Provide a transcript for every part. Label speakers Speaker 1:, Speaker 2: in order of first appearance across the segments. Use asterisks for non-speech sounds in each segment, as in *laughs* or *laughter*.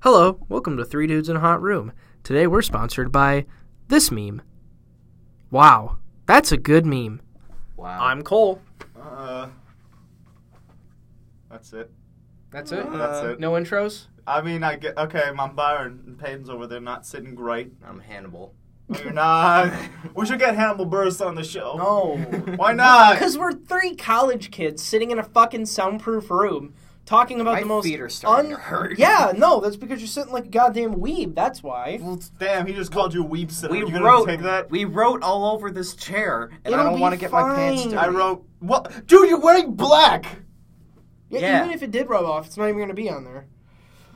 Speaker 1: Hello, welcome to Three Dudes in a Hot Room. Today we're sponsored by this meme. Wow, that's a good meme.
Speaker 2: Wow.
Speaker 1: I'm Cole.
Speaker 3: Uh, that's it.
Speaker 1: That's it.
Speaker 3: That's it.
Speaker 1: Uh, No intros.
Speaker 3: I mean, I get okay. I'm Byron. and Peyton's over there, not sitting great.
Speaker 2: I'm Hannibal.
Speaker 3: No,
Speaker 1: *laughs*
Speaker 3: You're not. We should get Hannibal Burris on the
Speaker 2: *laughs*
Speaker 3: show.
Speaker 1: No. *laughs*
Speaker 3: Why not?
Speaker 1: Because we're three college kids sitting in a fucking soundproof room talking about
Speaker 2: My
Speaker 1: the most
Speaker 2: feet are starting
Speaker 1: un-
Speaker 2: to hurt.
Speaker 1: Yeah, no, that's because you're sitting like a goddamn weeb. That's why.
Speaker 2: Mm,
Speaker 3: Damn, he just called you weep sitter.
Speaker 2: We
Speaker 3: you gonna
Speaker 2: wrote.
Speaker 3: take that?
Speaker 2: We wrote all over this chair, and I
Speaker 1: It'll
Speaker 2: don't
Speaker 1: be
Speaker 2: want to get my pants
Speaker 1: fine.
Speaker 2: dirty.
Speaker 3: I wrote. What, dude? You're wearing black.
Speaker 1: Yeah,
Speaker 2: Yeah.
Speaker 1: Even if it did rub off, it's not even going to be on there.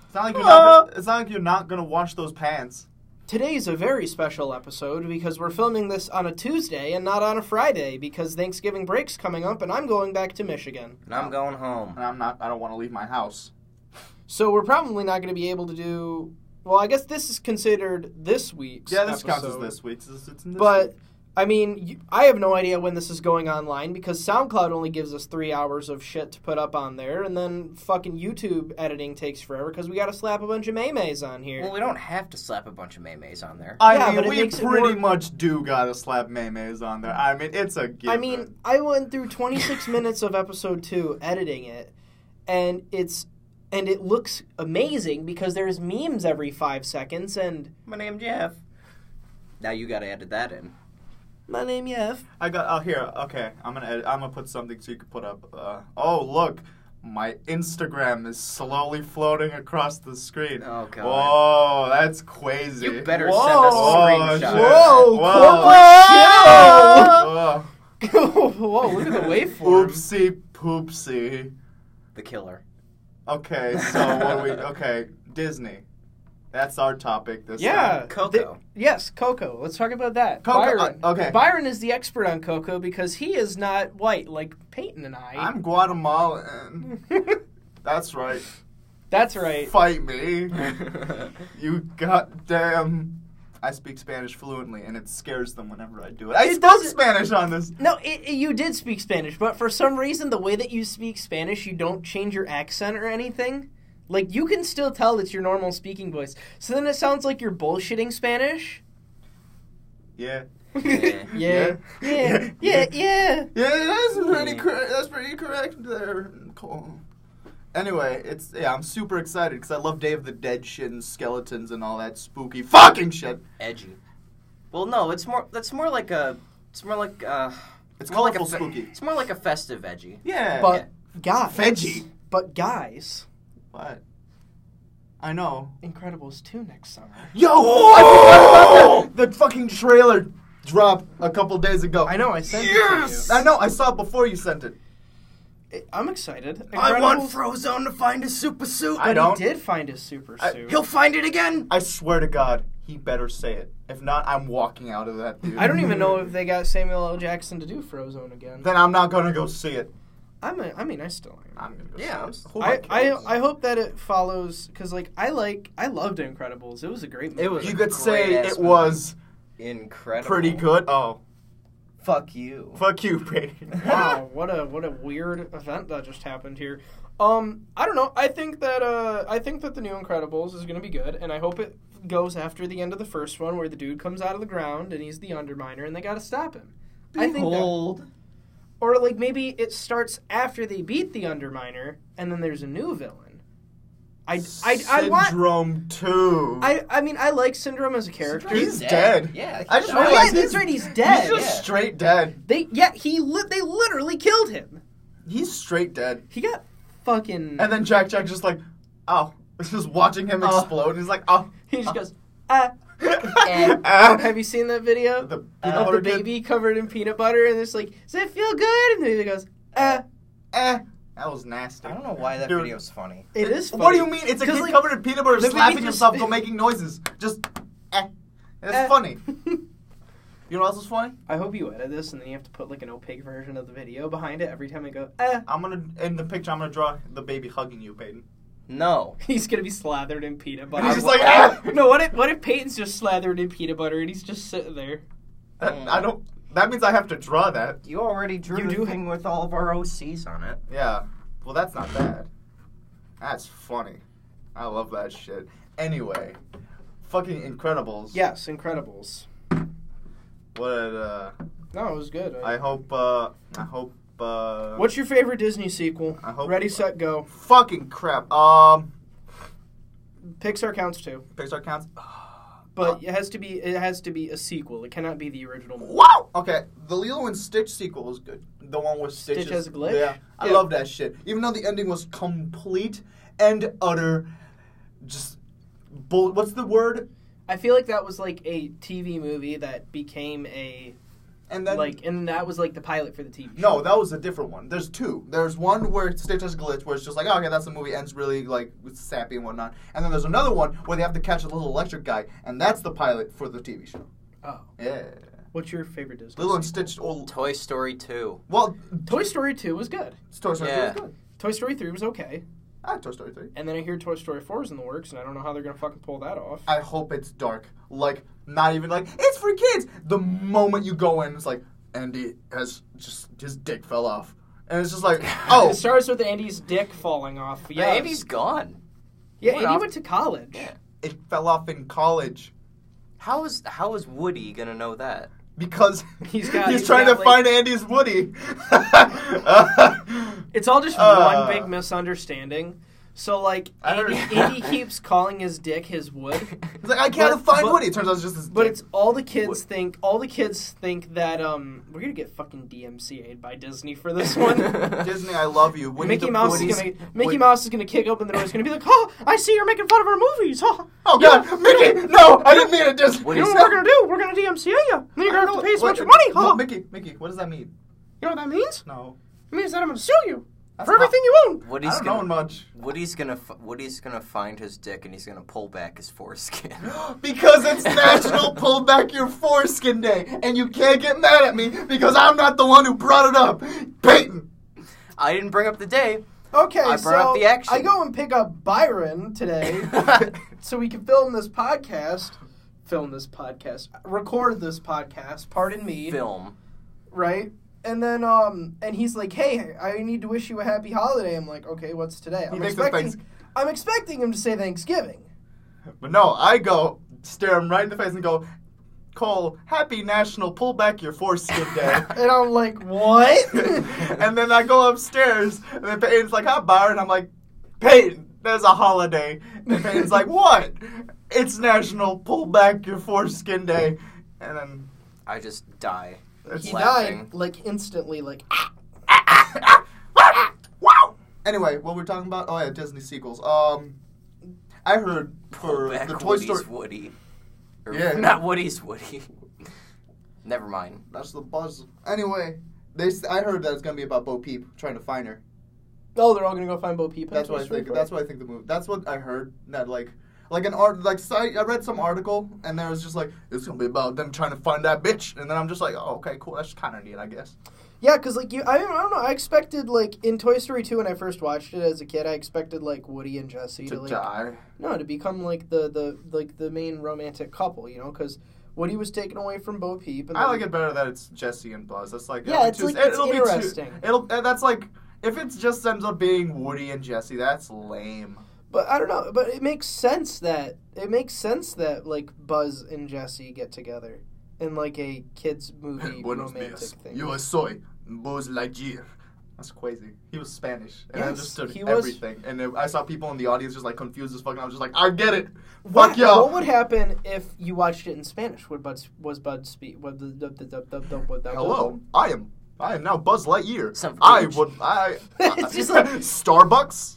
Speaker 3: It's not like you're not. It's not like you're not gonna wash those pants.
Speaker 1: Today's a very special episode because we're filming this on a Tuesday and not on a Friday because Thanksgiving break's coming up and I'm going back to Michigan.
Speaker 2: And I'm going home.
Speaker 3: And I'm not. I don't want to leave my house.
Speaker 1: So we're probably not going to be able to do. Well, I guess this is considered this week's.
Speaker 3: Yeah, this counts as
Speaker 1: episode.
Speaker 3: this week's. It's, it's in this
Speaker 1: But
Speaker 3: week.
Speaker 1: I mean, you, I have no idea when this is going online because SoundCloud only gives us three hours of shit to put up on there, and then fucking YouTube editing takes forever because we got to slap a bunch of maymays on here.
Speaker 2: Well, we don't have to slap a bunch of maymays on there.
Speaker 3: I
Speaker 1: yeah,
Speaker 3: mean,
Speaker 1: but it
Speaker 3: we
Speaker 1: makes it
Speaker 3: pretty
Speaker 1: more-
Speaker 3: much do gotta slap maymays on there. I mean, it's a
Speaker 1: I
Speaker 3: given.
Speaker 1: mean, I went through *laughs* 26 minutes of episode 2 editing it and it's and it looks amazing because there's memes every 5 seconds and
Speaker 2: My name's Jeff. Now you got to edit that in.
Speaker 1: my name Yev.
Speaker 3: I got oh here. Okay, I'm gonna edit, I'm gonna put something so you can put up. Uh, oh look, my Instagram is slowly floating across the screen.
Speaker 2: Oh, God.
Speaker 3: Whoa, that's crazy.
Speaker 2: You better
Speaker 1: Whoa.
Speaker 2: send a
Speaker 3: shit.
Speaker 2: screenshot.
Speaker 1: Whoa,
Speaker 3: Whoa.
Speaker 1: Whoa, look at *laughs* the
Speaker 3: Whoa.
Speaker 1: waveform.
Speaker 3: Oopsie poopsie.
Speaker 2: The killer.
Speaker 3: Okay, so what we okay Disney. That's our topic this
Speaker 1: Yeah.
Speaker 3: time. *laughs*
Speaker 2: Coco.
Speaker 1: Yes, Coco. Let's talk about that.
Speaker 3: Coco,
Speaker 1: Byron.
Speaker 3: uh, okay.
Speaker 1: Byron is the expert on Coco because he is not white like Peyton and I.
Speaker 3: I'm Guatemalan. That's right.
Speaker 1: *laughs* That's right.
Speaker 3: Fight me. You goddamn. I speak Spanish fluently, and it scares them whenever I do it. I
Speaker 1: It
Speaker 3: spoke
Speaker 1: doesn't-
Speaker 3: Spanish on this.
Speaker 1: No, it, it- you did speak Spanish, but for some reason, the way that you speak Spanish, you don't change your accent or anything. Like, you can still tell it's your normal speaking voice. So then it sounds like you're bullshitting Spanish.
Speaker 3: Yeah.
Speaker 1: *laughs* yeah. Yeah.
Speaker 3: Yeah.
Speaker 1: Yeah. Yeah.
Speaker 3: Yeah, that's pretty.
Speaker 2: Yeah.
Speaker 3: Cor- that's pretty correct there, Cole. Anyway, it's yeah. I'm super excited because I love Day of the Dead shit and skeletons and all that spooky fucking shit.
Speaker 2: Edgy. Well, no, it's more. That's more like a. It's more like. Uh,
Speaker 3: It's
Speaker 2: more like a
Speaker 3: colorful,
Speaker 2: fe-
Speaker 3: spooky.
Speaker 2: It's more like a festive edgy.
Speaker 3: Yeah.
Speaker 1: But, guys.
Speaker 3: Veggie.
Speaker 1: But, guys,
Speaker 3: What? I know.
Speaker 1: Incredibles 2 next summer.
Speaker 3: Yo, I forgot about that. The fucking trailer dropped a couple days ago.
Speaker 1: I know, I sent
Speaker 2: Yes!
Speaker 1: it to
Speaker 3: I know. I saw it before you sent it.
Speaker 1: you. I- I'm excited. Incredibles-
Speaker 2: Frozone to find his super suit.
Speaker 3: I
Speaker 1: But
Speaker 3: don't.
Speaker 1: he did find his super
Speaker 3: I-
Speaker 1: suit.
Speaker 2: He'll find it again.
Speaker 3: I swear to God, he better say it. If not, I'm walking out of that theater.
Speaker 1: I don't even know if they got Samuel L. Jackson to do Frozone again.
Speaker 3: Then I'm not gonna go see it.
Speaker 1: I'm a, I mean, I still am.
Speaker 3: I'm gonna go
Speaker 2: Yeah, I'm
Speaker 3: see
Speaker 2: s-
Speaker 3: it. Who
Speaker 1: I,
Speaker 3: cares?
Speaker 1: I I hope that it follows because like I like I loved Incredibles. It was a great movie.
Speaker 2: was-
Speaker 3: you
Speaker 2: a
Speaker 3: could say
Speaker 2: great-ass
Speaker 3: it
Speaker 2: movie.
Speaker 3: was
Speaker 2: Incredible.
Speaker 3: pretty good. Oh,
Speaker 2: *laughs* Fuck you.
Speaker 3: fuck
Speaker 1: *laughs*
Speaker 3: you, Peyton.
Speaker 1: wow. What a what a weird event that just happened here. Um, I don't know. I think that uh, I think that the new Incredibles is gonna be good, and I hope it goes after the end of the first one where the dude comes out of the ground and he's the Underminer, and they gotta stop him. I think that, or like maybe it starts after they beat the Underminer, and then there's a new villain. I I, I want.
Speaker 3: Syndrome Two.
Speaker 1: I, I mean I like Syndrome as a character.
Speaker 3: Syndrome He's dead.
Speaker 2: Yeah.
Speaker 3: I just
Speaker 1: Oh,
Speaker 2: died.
Speaker 1: yeah,
Speaker 3: realized- he's-
Speaker 1: that's right. He's
Speaker 3: He's
Speaker 1: dead.
Speaker 3: just
Speaker 2: Yeah.
Speaker 3: straight dead.
Speaker 1: They yeah he li- they literally killed him.
Speaker 3: He's straight dead.
Speaker 1: He got fucking.
Speaker 3: And then Jack Jack just like, oh, *laughs* just watching him
Speaker 1: Oh.
Speaker 3: explode. and he's like,
Speaker 1: *laughs*
Speaker 3: oh.
Speaker 1: he just goes ah.
Speaker 3: *laughs*
Speaker 2: Eh.
Speaker 3: Ah.
Speaker 1: Have you seen that video
Speaker 3: The peanut
Speaker 1: of Uh, the
Speaker 3: butter kid.
Speaker 1: baby covered in peanut butter and it's like, does it feel good? And then he goes ah.
Speaker 3: Eh. That was nasty.
Speaker 2: I don't know why that
Speaker 3: Dude.
Speaker 2: video's funny.
Speaker 1: It is. Funny.
Speaker 3: What do you mean? It's a
Speaker 1: 'Cause,
Speaker 3: kid
Speaker 1: like,
Speaker 3: covered in peanut butter
Speaker 1: the
Speaker 3: slapping
Speaker 1: baby just- *laughs*
Speaker 3: himself while making noises. Just, eh. It's
Speaker 1: "Ah."
Speaker 3: funny. You know what else is funny?
Speaker 1: *laughs* I hope you edit this and then you have to put like an opaque version of the video behind it every time I go ah. *laughs*
Speaker 3: I'm gonna in the picture. I'm gonna draw the baby hugging you, Peyton.
Speaker 2: No.
Speaker 1: He's gonna be slathered in peanut
Speaker 3: And
Speaker 1: butter.
Speaker 3: he's just like,
Speaker 2: I-
Speaker 3: ah!
Speaker 1: no, what if what if Peyton's just slathered in peanut butter and he's just sitting there?
Speaker 3: That-
Speaker 1: Mm.
Speaker 3: I don't. That means I have to draw that.
Speaker 2: You already drew
Speaker 1: You
Speaker 2: the
Speaker 1: do-
Speaker 2: thing with all of our OCs on it.
Speaker 3: Yeah. Well, that's not bad. That's funny. I love that shit. Anyway, fucking Incredibles.
Speaker 1: Yes, Incredibles.
Speaker 3: What? Uh,
Speaker 1: No, it was good. I-
Speaker 3: I hope. Uh, I hope. Uh,
Speaker 1: What's your favorite Disney sequel?
Speaker 3: I hope-
Speaker 1: Ready, set, go.
Speaker 3: Fucking crap. Um,
Speaker 1: Pixar counts too,
Speaker 3: Pixar counts. Uh,
Speaker 1: but it has to be it has to be a sequel. It cannot be the original. movie.
Speaker 3: Wow. Okay, the Lilo and Stitch sequel was good. The one with Stitch.
Speaker 1: Stitch has
Speaker 3: is-
Speaker 1: a glitch?
Speaker 3: Yeah, I
Speaker 1: Yeah.
Speaker 3: love that shit. Even though the ending was complete and utter, just bull. What's the word?
Speaker 1: I feel like that was like a TV movie that became a
Speaker 3: And then
Speaker 1: like, and that was like the pilot for the TV.
Speaker 3: No, that was a different one. There's two. There's one where Stitch has a glitch, where it's just like, oh, okay, that's the movie ends really like with sappy and whatnot. And then there's another one where they have to catch a little electric guy, and that's the pilot for the TV show.
Speaker 1: Oh.
Speaker 3: Yeah,
Speaker 1: What's your favorite Disney?
Speaker 3: Lilo and
Speaker 1: sequel?
Speaker 3: Stitch. Old,
Speaker 2: Toy Story 2.
Speaker 3: well,
Speaker 1: Toy Story Two was good.
Speaker 3: Toy Story
Speaker 2: Yeah.
Speaker 3: three. Was good.
Speaker 1: Toy Story Three was okay,
Speaker 3: I had Toy Story three.
Speaker 1: and then I hear Toy Story Four is in the works, and I don't know how they're gonna fucking pull that off.
Speaker 3: I hope it's dark. Like, not even like it's for kids. The moment you go in, it's like Andy has just his dick fell off, and it's
Speaker 1: *laughs*
Speaker 3: just like, oh,
Speaker 1: It starts with Andy's dick falling off.
Speaker 2: Yeah,
Speaker 1: Yeah,
Speaker 2: Andy's gone.
Speaker 1: yeah,
Speaker 2: went
Speaker 1: Andy
Speaker 2: off-
Speaker 1: went to college.
Speaker 3: it fell off in college.
Speaker 2: How is how is Woody gonna know that?
Speaker 3: because
Speaker 1: *laughs* He's got-
Speaker 3: he's,
Speaker 1: he's
Speaker 3: trying
Speaker 1: got,
Speaker 3: to
Speaker 1: like-
Speaker 3: find Andy's Woody. *laughs*
Speaker 1: It's all just
Speaker 3: Uh.
Speaker 1: one big misunderstanding. So like
Speaker 3: I don't
Speaker 1: Andy,
Speaker 3: know.
Speaker 1: Andy keeps calling his dick his
Speaker 3: *laughs*
Speaker 1: wood,
Speaker 3: He's like, I can't
Speaker 1: But-
Speaker 3: find
Speaker 1: but-
Speaker 3: Woody. It turns out it's just this.
Speaker 1: but
Speaker 3: dick.
Speaker 1: it's all the kids think. All the kids think that um we're gonna get fucking DMCA'd by Disney for this
Speaker 3: *laughs*
Speaker 1: one.
Speaker 3: Disney. I love you. Woody
Speaker 1: Mickey
Speaker 3: the
Speaker 1: Mouse is
Speaker 3: Woody's-
Speaker 1: gonna Mickey
Speaker 3: Woody-
Speaker 1: Mouse is gonna kick open the door. He's gonna be like, "Oh, I see you're making fun of our movies. Oh,
Speaker 3: Oh God, Mickey! No, I didn't mean it. Just
Speaker 1: you
Speaker 3: *laughs*
Speaker 2: Woody
Speaker 1: know what we're gonna do? We're gonna DMCA you. Then you're gonna have to pay us a bunch of money.
Speaker 3: No,
Speaker 1: Huh?
Speaker 3: Mickey, Mickey, what does that mean?
Speaker 1: You know what that means?
Speaker 3: No,
Speaker 1: It means that I'm gonna sue you
Speaker 3: That's
Speaker 1: for everything you own.
Speaker 2: *laughs*
Speaker 3: I
Speaker 2: Woody's
Speaker 3: don't
Speaker 2: gonna
Speaker 3: know much
Speaker 2: Woody's gonna f- Woody's gonna find his dick and he's gonna pull back his foreskin. *gasps*
Speaker 3: because it's National Pull Back Your Foreskin Day, and you can't get mad at me because I'm not the one who brought it up. Peyton,
Speaker 2: I didn't bring up the
Speaker 3: *laughs*
Speaker 2: day.
Speaker 1: Okay,
Speaker 2: I brought so up the action. I go
Speaker 1: and pick up Byron
Speaker 3: *laughs*
Speaker 1: today so we can film this podcast. Film this podcast. Record this podcast. Pardon me.
Speaker 2: Film.
Speaker 1: right? And then um and he's like, "Hey, I need to wish you a happy holiday." I'm like, "Okay, what's today?" I'm
Speaker 3: thinks it's
Speaker 1: expecting
Speaker 3: Thanks-
Speaker 1: I'm expecting him to say Thanksgiving.
Speaker 3: But no, I go stare him right in the face and go, Cole, happy National Pull Back Your Foreskin
Speaker 2: *laughs*
Speaker 3: Day.
Speaker 1: And I'm like, "What?"
Speaker 3: *laughs* and then I go upstairs, and then Peyton's like, "Hi, Byron." I'm like, "Peyton, there's a holiday." And Peyton's like, "What? It's National Pull Back Your Foreskin Day." And then
Speaker 2: I just die.
Speaker 3: it's
Speaker 1: he
Speaker 3: like,
Speaker 2: laughing.
Speaker 1: died like instantly like *laughs*
Speaker 3: wow. Anyway, what we're talking about? Oh yeah, Disney sequels. Um, I heard for
Speaker 2: Back
Speaker 3: the Toy
Speaker 2: Woody's
Speaker 3: Story.
Speaker 2: Woody. Or,
Speaker 3: Yeah.
Speaker 2: *laughs* Not Woody's Woody. Never mind.
Speaker 3: That's the buzz. Anyway, they. s- I heard that it's gonna be about Bo Peep trying to find her.
Speaker 1: Oh, they're all gonna go find Bo Peep. in
Speaker 3: That's
Speaker 1: Toy
Speaker 3: what I
Speaker 1: Story
Speaker 3: think.
Speaker 1: four.
Speaker 3: That's what I think the movie. That's what I heard. That like, like an art. Like so I I read some article and there was just like it's gonna be about them trying to find that bitch. And then I'm just like, oh okay, cool. That's kind of neat, I guess.
Speaker 1: yeah, because like you, I, I don't know. I expected like in Toy Story two when I first watched it as a kid, I expected like Woody and Jesse to
Speaker 3: To
Speaker 1: like
Speaker 3: die.
Speaker 1: No, to become like the the like the main romantic couple, you know, because Woody was taken away from Bo Peep. And
Speaker 3: I
Speaker 1: then-
Speaker 3: like it better that it's Jesse and Buzz. That's like
Speaker 1: Yeah,
Speaker 3: it'll be
Speaker 1: it's
Speaker 3: two-
Speaker 1: like it's
Speaker 3: it'll be two-
Speaker 1: interesting.
Speaker 3: it'll uh, that's like if it just ends up being Woody and Jesse, that's lame.
Speaker 1: But I don't know. But it makes sense that it makes sense that like Buzz and Jesse get together in like a kids movie romantic thing.
Speaker 3: soy Buzz Lightyear. That's crazy. He was Spanish, and I
Speaker 1: Yes,
Speaker 3: understood
Speaker 1: he was-
Speaker 3: everything. And then I saw people in the audience just like confused as fuck, and I was just like, I get it.
Speaker 1: what,
Speaker 3: Fuck y'all.
Speaker 1: What would happen if you watched it in Spanish? Would Buzz was Bud speak? Would the, the, the, the, the, the, the, the-
Speaker 3: Hello, I am. I am now Buzz Lightyear.
Speaker 2: Some
Speaker 3: I
Speaker 2: bitch.
Speaker 3: would. I.
Speaker 1: *laughs* It's just like-
Speaker 3: *laughs* Starbucks,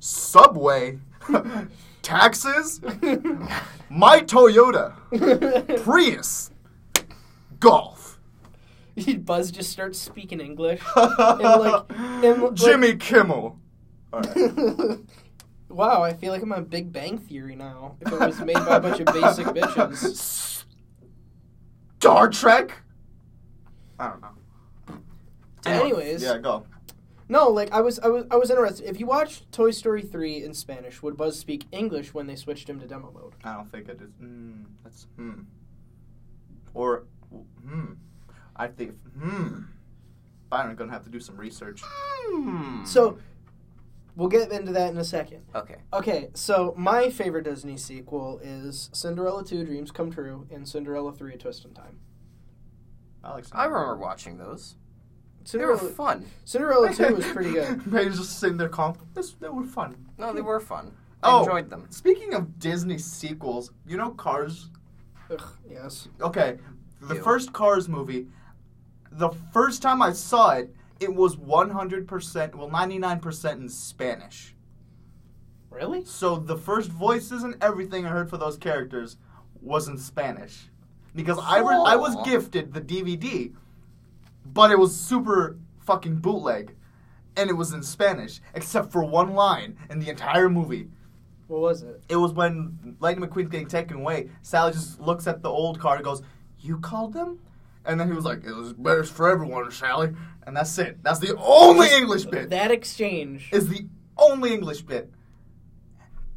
Speaker 3: Subway, *laughs* taxes, my Toyota, Prius, golf.
Speaker 1: Buzz just starts speaking English. like- and, like-
Speaker 3: *laughs* Jimmy Kimmel. All right.
Speaker 1: *laughs* wow, I feel like I'm on Big Bang Theory now. If it was made by a bunch of *laughs* basic bitches.
Speaker 3: Star Trek? I don't know.
Speaker 1: Anyways,
Speaker 3: Yeah, go.
Speaker 1: No, like I was, I was, I was interested. If you watched Toy Story three in Spanish, would Buzz speak English when they switched him to demo mode?
Speaker 3: I don't think it is. Mm, that's hmm. Or hmm. I think hmm. Byron gonna have to do some research.
Speaker 2: Hmm.
Speaker 1: So, We'll get into that in a second.
Speaker 2: Okay.
Speaker 1: Okay, so my favorite Disney sequel is Cinderella 2 Dreams Come True and Cinderella 3 A Twist in Time.
Speaker 3: Alex.
Speaker 2: I
Speaker 3: *laughs*
Speaker 2: remember watching those. They were
Speaker 1: Cinderella,
Speaker 2: fun.
Speaker 1: Cinderella *laughs* 2 was pretty
Speaker 3: *laughs*
Speaker 1: good.
Speaker 3: Paige's just sitting there calm. This, they were fun.
Speaker 2: No, they were fun. I
Speaker 3: Oh.
Speaker 2: enjoyed them.
Speaker 3: Speaking of Disney sequels, you know Cars?
Speaker 1: Ugh, yes.
Speaker 3: Okay, the
Speaker 2: Ew.
Speaker 3: first Cars movie, the first time I saw it, it was 100%, well, 99% in Spanish.
Speaker 1: Really?
Speaker 3: So the first voices and everything I heard for those characters was in Spanish, because I re- I was
Speaker 2: Cool.
Speaker 3: gifted the DVD, but it was super fucking bootleg, and it was in Spanish except for one line in the entire movie.
Speaker 1: What was it?
Speaker 3: It was when Lightning McQueen's getting taken away. Sally just looks at the old car and goes, "You called them?" And then he was like, "It was better for everyone, Sally." And that's it. That's the only English bit
Speaker 1: That exchange.
Speaker 3: is the only English bit.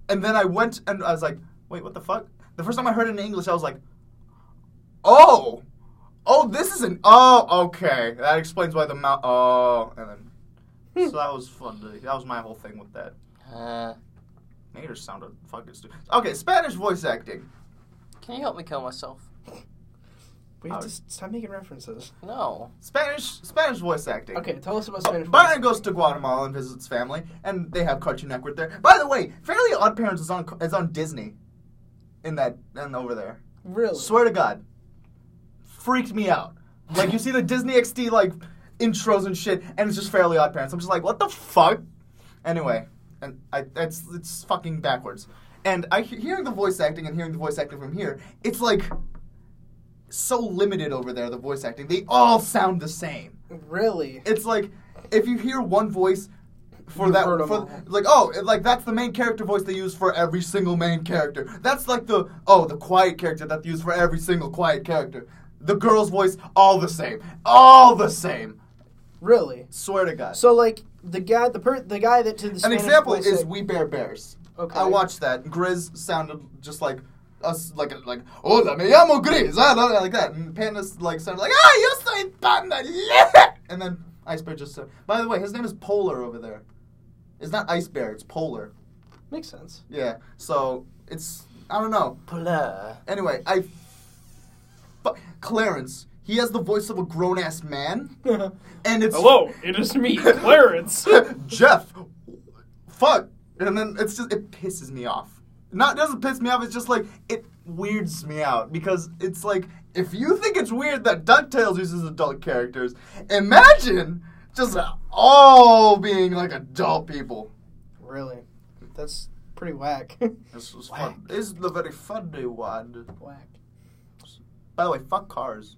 Speaker 3: And then I went and I was like, wait, what the fuck? The first time I heard it in English, I was like, oh, oh, this is an oh, okay, that explains why the mouth. Oh, and then so that was fun. To, that was my whole thing with that.
Speaker 2: Uh,
Speaker 3: Made her sound a fucking stupid. Okay, Spanish voice acting.
Speaker 2: can you help me kill myself?
Speaker 1: we have to s- stop making references.
Speaker 2: No.
Speaker 3: Spanish Spanish voice acting.
Speaker 1: Okay, tell us about
Speaker 3: Oh, But
Speaker 1: Spanish.
Speaker 3: Byron goes to Guatemala and visits his family, and they have Cartoon Network there. By the way, Fairly Odd Parents is on is on Disney, in that and over there.
Speaker 1: Really?
Speaker 3: Swear to God, freaked me out. Like you see the Disney XD like intros and shit, and it's just Fairly Odd Parents. I'm just like, what the fuck? Anyway, and I that's it's fucking backwards. And I he- hearing the voice acting and hearing the voice acting from here, it's like so limited over there. The voice acting, they all sound the same
Speaker 1: Really?
Speaker 3: it's like if you hear one voice for
Speaker 1: You've
Speaker 3: that
Speaker 1: heard 'em
Speaker 3: for,
Speaker 1: all.
Speaker 3: like oh it- like that's the main character voice they use for every single main character that's like the oh the quiet character that they use for every single quiet character the girl's voice all the same all the same
Speaker 1: Really?
Speaker 3: swear to god
Speaker 1: So like the guy, the per- the guy that did the
Speaker 3: an
Speaker 1: Spanish
Speaker 3: example
Speaker 1: voice
Speaker 3: is
Speaker 1: act-
Speaker 3: we bear bears
Speaker 1: Okay.
Speaker 3: i watched that grizz sounded just like us like like hola me llamo grizz ah, blah, blah, like that and panda's like sounded like ah yo soy panda yeah! and then ice bear just said by the way his name is polar over there it's not ice bear it's polar
Speaker 1: Makes
Speaker 3: *laughs*
Speaker 1: sense.
Speaker 3: yeah so it's i don't know
Speaker 2: Blah.
Speaker 3: anyway i fu- clarence he has the voice of a grown-ass man and it's
Speaker 1: it is me,
Speaker 3: *laughs* Jeff, fuck. And then it's just it pisses me off. Not it doesn't piss me off. It's just like it weirds me out because it's like if you think it's weird that Ducktales uses adult characters, imagine just all being like adult people.
Speaker 1: really? That's pretty whack. *laughs*
Speaker 3: This is
Speaker 1: Whack.
Speaker 3: fun. This is the very funny one.
Speaker 1: whack.
Speaker 3: By the way, fuck cars.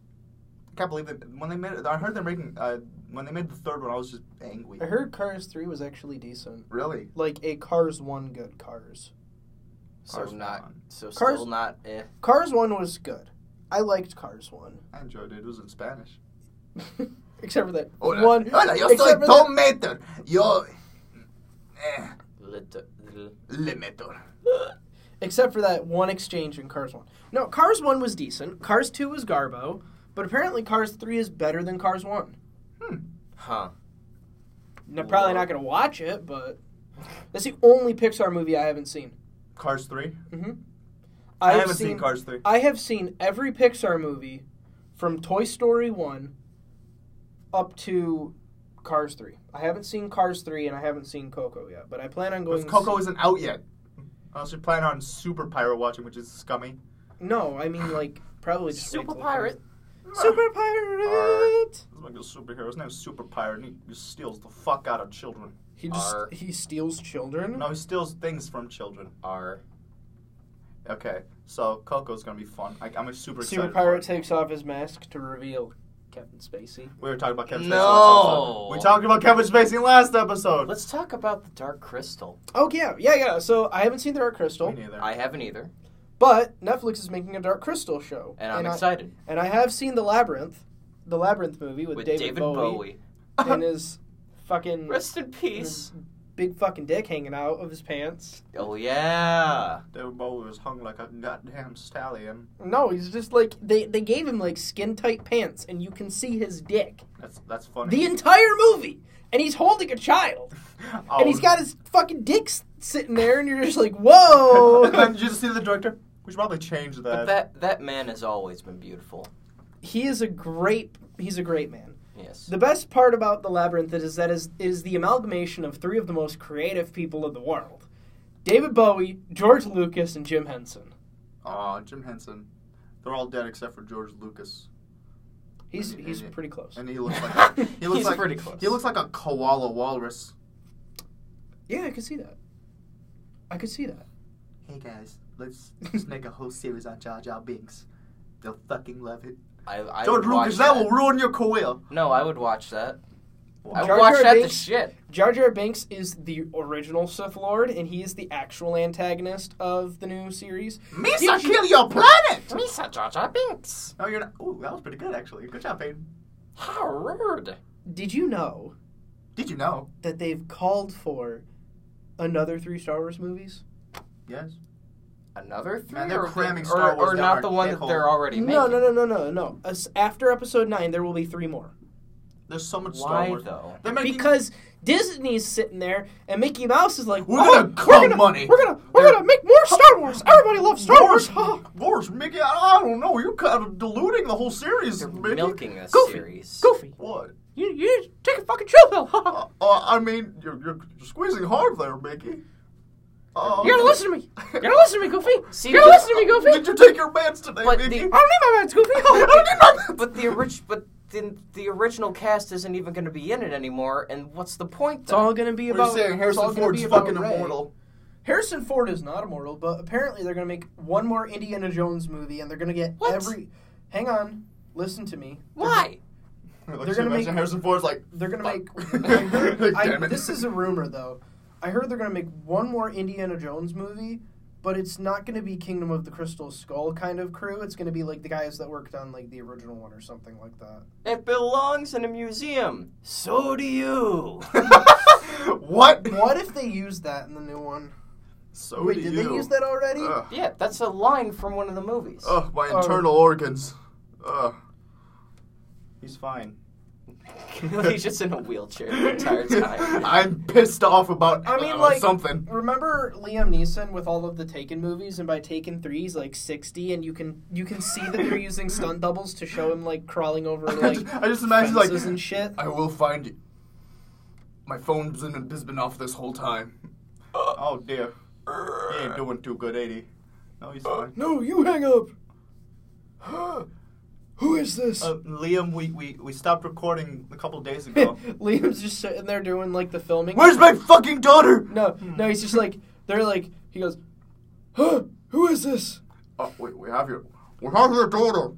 Speaker 3: I can't believe it. When they made it, I heard they're making. Uh, when they made the third one, I was just angry.
Speaker 1: I heard Cars Three was actually decent.
Speaker 3: Really?
Speaker 1: Like a Cars One, good Cars.
Speaker 2: So not.
Speaker 3: one.
Speaker 2: So
Speaker 1: Cars-
Speaker 2: still not. Eh.
Speaker 1: Cars One was good. I liked Cars One, *laughs*
Speaker 3: I enjoyed it. It was in Spanish.
Speaker 1: except for that
Speaker 3: Hola,
Speaker 1: one.
Speaker 3: Oh, hola, yo soy
Speaker 1: except for that-
Speaker 3: Tom Mater. Yo. Eh,
Speaker 2: Little, little.
Speaker 3: le meto.
Speaker 1: Except for that one exchange in Cars 1. No, Cars 1 was decent. Cars 2 was Garbo. But apparently, Cars 3 is better than Cars 1.
Speaker 3: Hmm.
Speaker 2: Huh.
Speaker 1: I'm probably not going to watch it, but that's the only Pixar movie I haven't seen. Mm-hmm.
Speaker 3: Cars 3?
Speaker 1: I've
Speaker 3: haven't seen, Cars 3.
Speaker 1: I have seen every Pixar movie from Toy Story 1 up to Cars 3. I haven't seen Cars 3 and I haven't seen Coco yet, but I plan on going
Speaker 3: Because
Speaker 1: to
Speaker 3: Coco
Speaker 1: see-
Speaker 3: isn't out yet. Unless you're planning on Super Pirate watching, which is scummy.
Speaker 1: No, I mean, like, probably just. wait
Speaker 2: Super
Speaker 1: till-
Speaker 2: pirate.
Speaker 1: Super Pirate!
Speaker 3: This like a superhero. His name's Super Pirate, and he just steals the fuck out of children.
Speaker 1: He just.
Speaker 2: Arr.
Speaker 1: He steals children?
Speaker 3: No, he steals things from children.
Speaker 2: R.
Speaker 3: Okay, so Coco's gonna be fun. I, I'm super excited.
Speaker 1: Super
Speaker 3: for
Speaker 1: Pirate
Speaker 3: it.
Speaker 1: takes off his mask to reveal Captain Spacey.
Speaker 3: We were talking about Kevin Spacey.
Speaker 2: No.
Speaker 3: last episode. We talked about Kevin Spacey last episode.
Speaker 2: Let's talk about the Dark Crystal.
Speaker 1: Oh yeah, yeah, yeah. So I haven't seen the Dark
Speaker 3: Me
Speaker 1: Crystal,
Speaker 3: neither.
Speaker 2: I haven't either,
Speaker 1: but Netflix is making a Dark Crystal show,
Speaker 2: and I'm
Speaker 1: I,
Speaker 2: excited.
Speaker 1: And I have seen the Labyrinth, the Labyrinth movie with,
Speaker 2: With
Speaker 1: David, Bowie,
Speaker 2: Bowie. *laughs*
Speaker 1: and
Speaker 3: *laughs*
Speaker 1: his fucking
Speaker 2: Rest in peace.
Speaker 1: Mm. his big fucking dick hanging out of his pants.
Speaker 2: Oh yeah.
Speaker 3: David Bowie was hung like a goddamn stallion.
Speaker 1: No, he's just like they, they gave him like skin tight pants, and you can see his dick
Speaker 3: That's that's
Speaker 2: *laughs*
Speaker 3: funny.
Speaker 1: the entire movie, and he's holding a child,
Speaker 3: Oh.
Speaker 1: and he's got his *laughs* fucking dick s- sitting there, and you're just like, whoa.
Speaker 3: *laughs* Did you see the director? We should probably change that.
Speaker 2: But that that man has always been beautiful.
Speaker 1: he is a great he's a great man.
Speaker 2: Yes. *laughs*
Speaker 1: The best part about the labyrinth is that is is the amalgamation of three of the most creative people in the world: David Bowie, George Lucas, and Jim Henson.
Speaker 3: Aw, Jim Henson. They're all dead except for George Lucas,
Speaker 1: He's
Speaker 3: And-
Speaker 1: he's
Speaker 3: and-
Speaker 1: pretty close.
Speaker 3: and he looks
Speaker 2: *laughs*
Speaker 3: like he looks
Speaker 2: He's
Speaker 3: like
Speaker 2: pretty close.
Speaker 3: he looks like a koala walrus.
Speaker 1: Yeah, I could see that. I could see that.
Speaker 3: Hey guys, let's make a whole series on Jar Jar Binks. They'll fucking love it.
Speaker 2: I, I
Speaker 3: George
Speaker 2: would watch
Speaker 3: Lucas, that will ruin your career.
Speaker 2: No, I would watch that. I would
Speaker 1: Jar
Speaker 2: watch
Speaker 1: Jar
Speaker 2: that to
Speaker 1: Binks-
Speaker 2: shit.
Speaker 1: Jar Jar Binks is the original Sith Lord, and he is the actual antagonist of the new series.
Speaker 3: Misa, kill your planet!
Speaker 2: Misa Jar Jar Binks.
Speaker 3: Oh, you're not. Ooh, that was pretty good, actually. Good job, Peyton.
Speaker 2: How rude.
Speaker 1: Did you know
Speaker 3: Did you know?
Speaker 1: that they've called for another three Star Wars movies?
Speaker 3: Yes.
Speaker 2: Another three?
Speaker 3: Man, they're
Speaker 2: or the-
Speaker 3: cramming
Speaker 2: or-
Speaker 3: Star Wars
Speaker 2: Or
Speaker 3: down
Speaker 2: not
Speaker 3: our
Speaker 2: the one that
Speaker 3: dickhole.
Speaker 2: they're already making.
Speaker 1: No, no, no, no, no, no. As- After Episode Nine, there will be three more
Speaker 3: There's so much Star
Speaker 2: Why
Speaker 3: Wars.
Speaker 2: though?
Speaker 3: They're making.
Speaker 1: because Disney's sitting there, and Mickey Mouse is like,
Speaker 3: We're
Speaker 1: "Oh,
Speaker 3: gonna club money."
Speaker 1: We're gonna, we're
Speaker 3: They're-
Speaker 1: gonna make more Star Wars. Everybody loves Star Wars. Ha!
Speaker 3: Wars, Mickey, I I don't know. You're kind of diluting the whole series,
Speaker 2: They're
Speaker 3: Mickey.
Speaker 2: milking this
Speaker 1: Goofy.
Speaker 2: series.
Speaker 1: Goofy,
Speaker 3: What?
Speaker 1: you, you need to take a fucking chill pill. *laughs* Ha, ha.
Speaker 3: Uh, uh, I mean, you're, you're squeezing hard there, Mickey. Uh,
Speaker 1: You gotta listen to me. You gotta listen to me, Goofy.
Speaker 3: *laughs*
Speaker 2: See,
Speaker 1: You gotta listen to me, Goofy.
Speaker 3: Did you take your meds today,
Speaker 2: But
Speaker 3: Mickey?
Speaker 2: the-
Speaker 1: I don't need my meds, Goofy. *laughs*
Speaker 3: I don't need my meds.
Speaker 2: But the orig- but the, the original cast isn't even going to be in it anymore. And what's the point?
Speaker 1: It's
Speaker 2: Then?
Speaker 1: all gonna be
Speaker 3: We're
Speaker 1: about.
Speaker 3: saying
Speaker 1: it's all
Speaker 3: Harrison
Speaker 1: gonna be
Speaker 3: Ford's
Speaker 1: about
Speaker 3: fucking
Speaker 1: Rey.
Speaker 3: immortal.
Speaker 1: Harrison Ford is not immortal, but apparently they're gonna make one more Indiana Jones movie, and they're gonna get
Speaker 2: What?
Speaker 1: every. Hang on, listen to me.
Speaker 2: Why?
Speaker 3: Like,
Speaker 1: They're
Speaker 3: so
Speaker 1: gonna
Speaker 3: imagine
Speaker 1: make-
Speaker 3: Harrison Ford's like.
Speaker 1: They're gonna
Speaker 3: Fuck.
Speaker 1: make.
Speaker 3: *laughs* Damn
Speaker 1: I,
Speaker 3: it.
Speaker 1: this is a rumor, though. I heard they're gonna make one more Indiana Jones movie, but it's not gonna be Kingdom of the Crystal Skull kind of crew. It's gonna be like the guys that worked on like the original one or something like
Speaker 3: *laughs*
Speaker 1: that.
Speaker 2: It belongs in a museum. So do
Speaker 3: *laughs*
Speaker 2: you.
Speaker 3: what?
Speaker 1: What if they use that in the new one?
Speaker 3: So
Speaker 1: Wait,
Speaker 3: do
Speaker 1: did
Speaker 3: you.
Speaker 1: they use that already?
Speaker 3: Ugh.
Speaker 2: yeah, that's a line from one of the movies.
Speaker 3: Ugh, uh, my
Speaker 1: Oh.
Speaker 3: internal organs. Uh. Ugh. He's fine.
Speaker 2: *laughs* He's just in a wheelchair the entire time.
Speaker 3: *laughs* I'm pissed off
Speaker 1: *laughs*
Speaker 3: about
Speaker 1: I mean,
Speaker 3: uh,
Speaker 1: like-
Speaker 3: something.
Speaker 1: Remember Liam Neeson with all of the Taken movies, and by Taken three, he's like sixty, and you can you can see that they're using stunt doubles to show him like crawling over *laughs*
Speaker 3: I,
Speaker 1: like
Speaker 3: just, *laughs* I just imagine like
Speaker 1: fences and shit.
Speaker 3: I will find you. My phone's in, has been off this whole time. *laughs* oh dear. He ain't doing too good, 80. No, he's fine.
Speaker 1: No, you hang up. *gasps* Who is this?
Speaker 3: Uh, Liam, we, we, we stopped recording a couple days ago.
Speaker 1: *laughs* Liam's just sitting there doing like the filming.
Speaker 3: *laughs* Where's my fucking daughter?
Speaker 1: *laughs* No, no, he's just like they're like he goes, huh? *gasps* Who is this?
Speaker 3: Oh, wait, we have your. We have your daughter.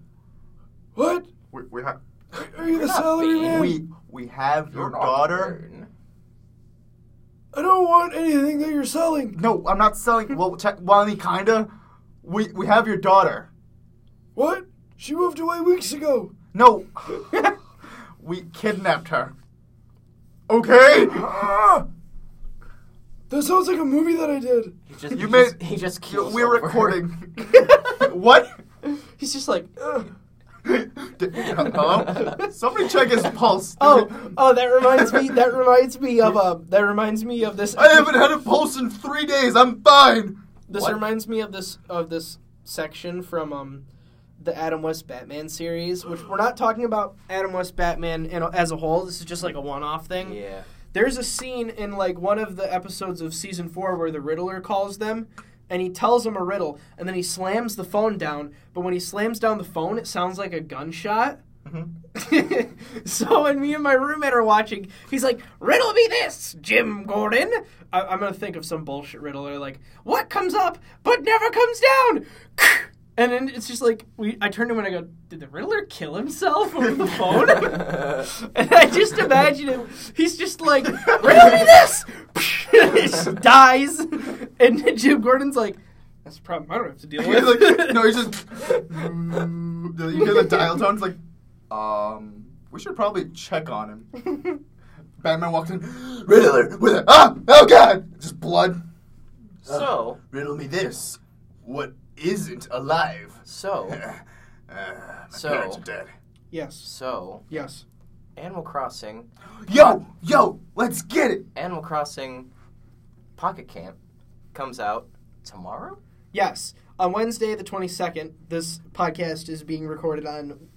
Speaker 1: What?
Speaker 3: We, we have.
Speaker 1: Are you the
Speaker 2: not salaryman? being-
Speaker 3: We, we have your daughter.
Speaker 1: I don't want anything that you're selling.
Speaker 3: No, I'm not selling. Well, te- well, I mean, kinda. We we have your daughter.
Speaker 1: What? She moved away weeks ago.
Speaker 3: No, *laughs* we kidnapped her.
Speaker 1: *gasps*
Speaker 3: Okay.
Speaker 1: That sounds like a movie that I did.
Speaker 2: He just,
Speaker 3: You
Speaker 2: he
Speaker 3: made-
Speaker 2: just, he just
Speaker 3: You-
Speaker 2: keels
Speaker 3: We're
Speaker 2: over.
Speaker 1: *laughs*
Speaker 3: recording. what?
Speaker 1: He's just like, Ugh.
Speaker 3: Did- Hello? Somebody check his pulse.
Speaker 1: oh, oh, that reminds me. That reminds me of uh, that reminds me of this.
Speaker 3: I haven't had a pulse in three days. I'm fine.
Speaker 1: This
Speaker 3: What?
Speaker 1: reminds me of this of this section from um, the Adam West Batman series, which we're not talking about Adam West Batman in, as a whole. This is just like a one-off thing.
Speaker 2: *laughs* Yeah.
Speaker 1: There's a scene in like one of the episodes of season four where the Riddler calls them, and he tells them a riddle, and then he slams the phone down. But when he slams down the phone, it sounds like a gunshot. *laughs*
Speaker 3: Mm-hmm.
Speaker 1: so when me and my roommate are watching, he's like, "Riddle me this, Jim Gordon." I- I'm gonna think of some bullshit riddle. Or like, "What comes up but never comes down?" *laughs* And then it's just like we. I turned to him and I go, "Did the Riddler kill himself over the phone?" *laughs* and I just imagine him. He's just like, "Riddle me this." *laughs* he just dies, and then Jim Gordon's like, "That's a problem. I don't have to deal
Speaker 3: *laughs* He's
Speaker 1: with." *laughs*
Speaker 3: like, no, he's just. You hear the dial tone? It's like, um, we should probably check on him.
Speaker 1: *laughs*
Speaker 3: Batman walks in. Riddler with a ah oh god, just blood.
Speaker 2: So,
Speaker 3: Riddle me this. what isn't alive. *sighs*
Speaker 2: So,
Speaker 3: Uh, my
Speaker 2: So-
Speaker 3: parents are dead.
Speaker 1: Yes.
Speaker 2: so
Speaker 1: Yes.
Speaker 2: Animal Crossing,
Speaker 3: Yo, yo, let's get it.
Speaker 2: Animal Crossing Pocket Camp comes out tomorrow.
Speaker 1: Yes. On Wednesday the 22nd, this podcast is being recorded on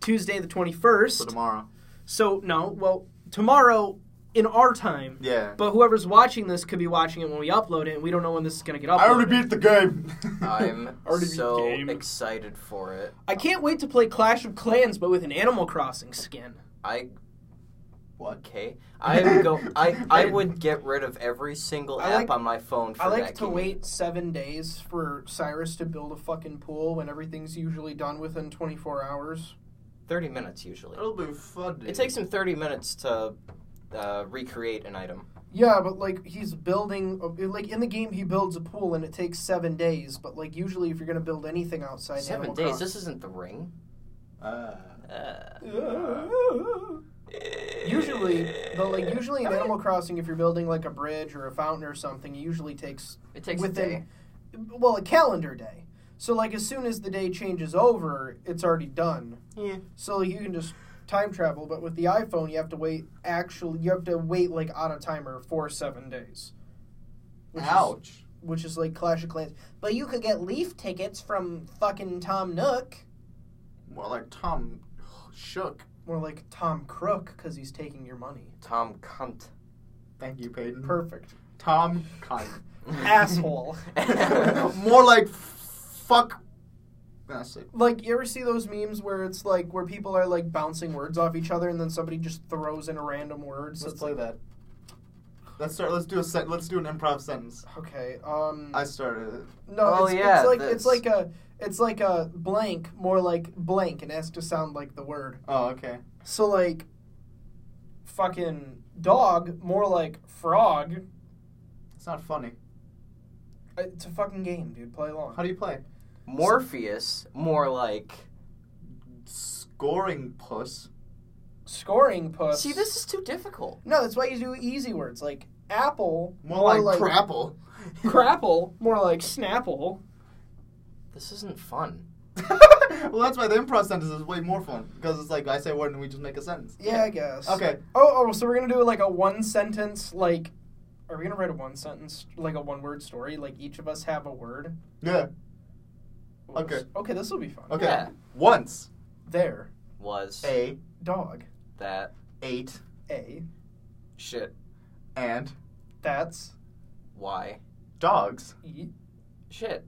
Speaker 1: Tuesday the 21st.
Speaker 3: tomorrow.
Speaker 1: So, no, well, tomorrow in our time.
Speaker 3: Yeah.
Speaker 1: But whoever's watching this could be watching it when we upload it, and we don't know when this is going to get uploaded.
Speaker 3: I already beat the game. *laughs*
Speaker 2: I'm
Speaker 1: *laughs* Already beat the
Speaker 2: so
Speaker 1: game.
Speaker 2: excited for it.
Speaker 1: I can't wait to play Clash of Clans, but with an Animal Crossing skin.
Speaker 2: I
Speaker 3: What?
Speaker 2: okay. I would go. I
Speaker 1: *laughs*
Speaker 2: I would get rid of every single
Speaker 1: I
Speaker 2: app
Speaker 1: like-
Speaker 2: on my phone. For
Speaker 1: I like
Speaker 2: that
Speaker 1: to
Speaker 2: game.
Speaker 1: wait seven days for Cyrus to build a fucking pool when everything's usually done within 24 hours.
Speaker 2: Thirty minutes usually.
Speaker 1: Oh,
Speaker 3: It'll be fun. Dude.
Speaker 2: It takes him thirty minutes to uh, recreate an item.
Speaker 1: Yeah, but like he's building, a- like in the game, he builds a pool and it takes seven days. But like usually, if you're gonna build anything outside
Speaker 2: Seven
Speaker 1: Animal
Speaker 2: days.
Speaker 1: Crossing-
Speaker 2: This isn't the ring.
Speaker 3: Uh,
Speaker 2: Uh,
Speaker 1: usually, but like usually in Animal Crossing, if you're building like a bridge or a fountain or something, it usually takes
Speaker 2: it takes a
Speaker 1: within-
Speaker 2: day.
Speaker 1: well a calendar day. So like as soon as the day changes over, it's already done.
Speaker 2: Yeah.
Speaker 1: So you can just time travel, but with the iPhone, you have to wait. Actually, you have to wait like on a timer for seven days. Which Is,
Speaker 3: ouch.
Speaker 1: which is like Clash of Clans. But you could get Leaf tickets from fucking Tom Nook,
Speaker 3: More like Tom shook.
Speaker 1: more like Tom Crook, because he's taking your money. *laughs*
Speaker 2: Tom cunt. *laughs*
Speaker 3: Thank you, Peyton.
Speaker 1: Perfect
Speaker 3: Tom cunt.
Speaker 1: asshole.
Speaker 3: *laughs* More like fuck. That's it.
Speaker 1: Like you ever see those memes where it's like where people are like bouncing words off each other, and then somebody just throws in a random word. So
Speaker 3: Let's
Speaker 1: it's
Speaker 3: play
Speaker 1: like
Speaker 3: that. Let's start. Let's do a set. Let's do an improv sentence.
Speaker 1: okay, um,
Speaker 3: I started. it.
Speaker 1: No,
Speaker 2: Oh,
Speaker 1: it's,
Speaker 2: yeah,
Speaker 1: it's like
Speaker 2: that's-
Speaker 1: it's like a it's like a blank, more like blank, and it has to sound like the word.
Speaker 3: Oh, okay.
Speaker 1: So like, fucking dog, more like frog.
Speaker 3: It's not funny.
Speaker 1: It's a fucking game, dude. Play along.
Speaker 3: How do you play?
Speaker 2: Morpheus, more like.
Speaker 3: Scoring puss.
Speaker 1: Scoring puss.
Speaker 2: See, this is too difficult.
Speaker 1: No, that's why you do easy words like apple,
Speaker 3: More Oh, like, *laughs* crapple.
Speaker 1: crapple, more like snapple.
Speaker 2: This isn't fun.
Speaker 3: well, that's why the improv sentence is way more fun because it's like I say a word and we just make a sentence.
Speaker 1: Yeah, I guess.
Speaker 3: Okay.
Speaker 1: Oh, oh, so we're gonna do like a one sentence like. Are we gonna write a one sentence like a one word story? Like each of us have a word.
Speaker 3: Yeah. Okay.
Speaker 1: Okay, this will be fun.
Speaker 3: Okay.
Speaker 2: Yeah.
Speaker 3: Once
Speaker 1: There,
Speaker 2: Was
Speaker 3: a
Speaker 1: dog.
Speaker 2: that
Speaker 3: eight
Speaker 1: A.
Speaker 2: shit?
Speaker 3: and
Speaker 1: That's
Speaker 2: Why
Speaker 3: *laughs* dogs.
Speaker 1: E. *laughs*
Speaker 2: shit?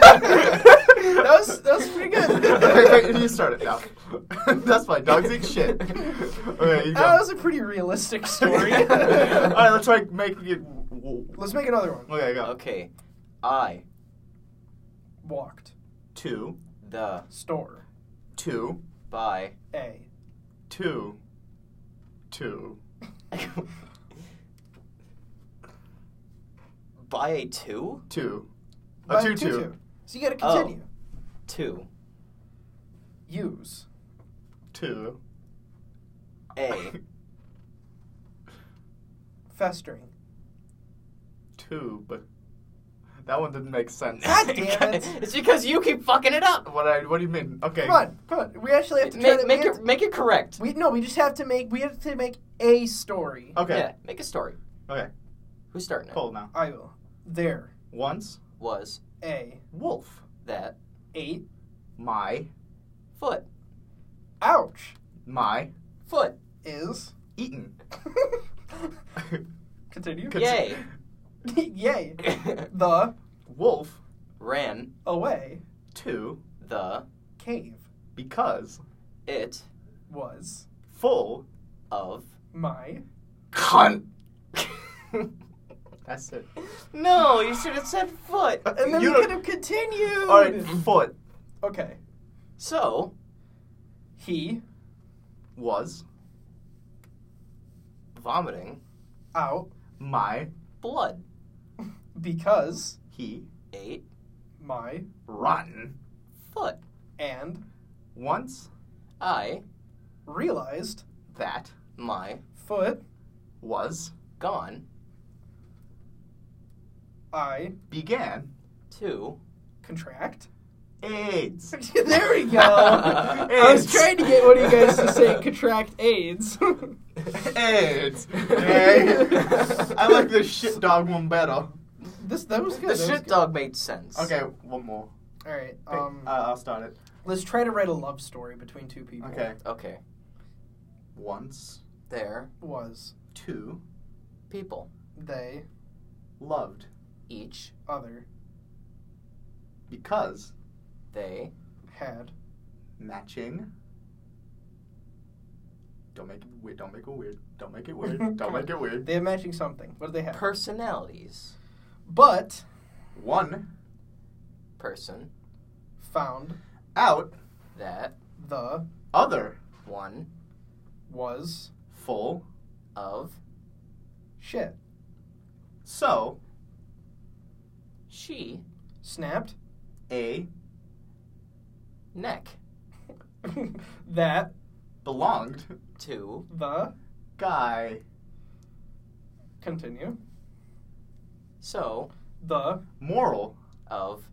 Speaker 1: that was that was pretty
Speaker 2: *laughs*
Speaker 1: good.
Speaker 3: *laughs* okay, wait, you start it now. *laughs* that's fine. Dogs eat shit. *laughs* Okay, you go.
Speaker 1: That was a pretty realistic
Speaker 3: *laughs*
Speaker 1: story.
Speaker 3: All right, let's *laughs* try making it.
Speaker 1: Let's make another one.
Speaker 3: Okay, go.
Speaker 2: Okay, I
Speaker 1: Walked.
Speaker 3: Two,
Speaker 2: the
Speaker 1: Store.
Speaker 3: two,
Speaker 2: by *laughs*
Speaker 1: A.
Speaker 3: two, two.
Speaker 2: by a two
Speaker 3: Two. A
Speaker 1: But
Speaker 3: two, two.
Speaker 1: two. So you gotta
Speaker 2: Oh.
Speaker 1: continue.
Speaker 2: two
Speaker 1: Use.
Speaker 3: Two.
Speaker 2: a
Speaker 1: Festering.
Speaker 3: Tube. That one didn't make sense.
Speaker 1: God damn it.
Speaker 2: *laughs* it's because you keep fucking it up.
Speaker 3: *laughs* What I? What do you mean? Okay.
Speaker 1: Come on, come on. We actually have to try
Speaker 2: Make,
Speaker 1: to,
Speaker 2: make
Speaker 1: we have
Speaker 2: it make it correct.
Speaker 1: to- we no, we just have to make we have to make a story.
Speaker 3: Okay.
Speaker 2: Yeah, make a story.
Speaker 3: Okay.
Speaker 2: Who's starting it?
Speaker 3: Cold now.
Speaker 1: I will. There.
Speaker 3: Once
Speaker 2: Was
Speaker 1: A.
Speaker 3: wolf.
Speaker 2: that
Speaker 1: Eight.
Speaker 3: My
Speaker 2: foot
Speaker 1: Ouch.
Speaker 3: my
Speaker 2: foot *laughs*
Speaker 1: Is. *laughs*
Speaker 3: eaten. *laughs*
Speaker 1: Continue.
Speaker 3: Con-
Speaker 2: yay
Speaker 1: Yay. The
Speaker 3: Wolf
Speaker 2: ran
Speaker 1: away
Speaker 3: two
Speaker 2: the
Speaker 1: cave
Speaker 3: because
Speaker 2: it
Speaker 1: was
Speaker 3: full
Speaker 2: of
Speaker 1: my
Speaker 3: cunt. *laughs* That's it.
Speaker 2: no you should have said foot
Speaker 1: And then
Speaker 3: You
Speaker 1: we
Speaker 3: don't-
Speaker 1: could have continued.
Speaker 3: All right. Foot
Speaker 1: Okay.
Speaker 2: *laughs* so
Speaker 1: He
Speaker 3: was
Speaker 2: vomiting
Speaker 1: out
Speaker 3: my
Speaker 2: blood
Speaker 1: because
Speaker 3: he
Speaker 2: ate
Speaker 1: my
Speaker 3: rotten.
Speaker 2: foot
Speaker 1: and
Speaker 3: Once
Speaker 2: I
Speaker 1: realized
Speaker 3: that
Speaker 2: my
Speaker 1: foot
Speaker 3: was
Speaker 2: gone
Speaker 1: I
Speaker 3: began
Speaker 2: Two.
Speaker 1: Contract? *laughs*
Speaker 3: AIDS.
Speaker 1: there we go. I was
Speaker 3: AIDS.
Speaker 1: trying to get one of you guys to say contract AIDS. *laughs*
Speaker 3: AIDS. Okay. *laughs* I like the shit dog one better.
Speaker 1: this that was good.
Speaker 2: The
Speaker 1: that was
Speaker 2: shit
Speaker 1: good.
Speaker 2: dog made sense.
Speaker 3: Okay, one more.
Speaker 1: All right.
Speaker 3: Pick-
Speaker 1: Um,
Speaker 3: uh, I'll start it.
Speaker 1: let's try to write a love story between two people.
Speaker 3: Okay.
Speaker 2: Okay.
Speaker 3: Once,
Speaker 2: There.
Speaker 1: Was
Speaker 3: two,
Speaker 2: People.
Speaker 1: they
Speaker 3: loved
Speaker 2: Each.
Speaker 1: other
Speaker 3: because
Speaker 2: They.
Speaker 1: had
Speaker 3: matching. Don't make it weird. Don't make it weird. Don't make it *laughs* weird. Don't make it weird.
Speaker 1: they have matching something? What do they have?
Speaker 2: Personalities.
Speaker 1: but
Speaker 3: One
Speaker 2: Person.
Speaker 1: found
Speaker 3: out,
Speaker 2: That.
Speaker 1: the
Speaker 3: other
Speaker 2: One.
Speaker 1: was
Speaker 3: full.
Speaker 2: Of.
Speaker 1: shit
Speaker 3: So
Speaker 2: She.
Speaker 1: snapped *laughs*
Speaker 3: a
Speaker 2: Neck.
Speaker 1: that
Speaker 3: belonged
Speaker 2: To.
Speaker 1: the
Speaker 3: guy
Speaker 1: continue
Speaker 2: So.
Speaker 1: the
Speaker 3: moral
Speaker 2: Of.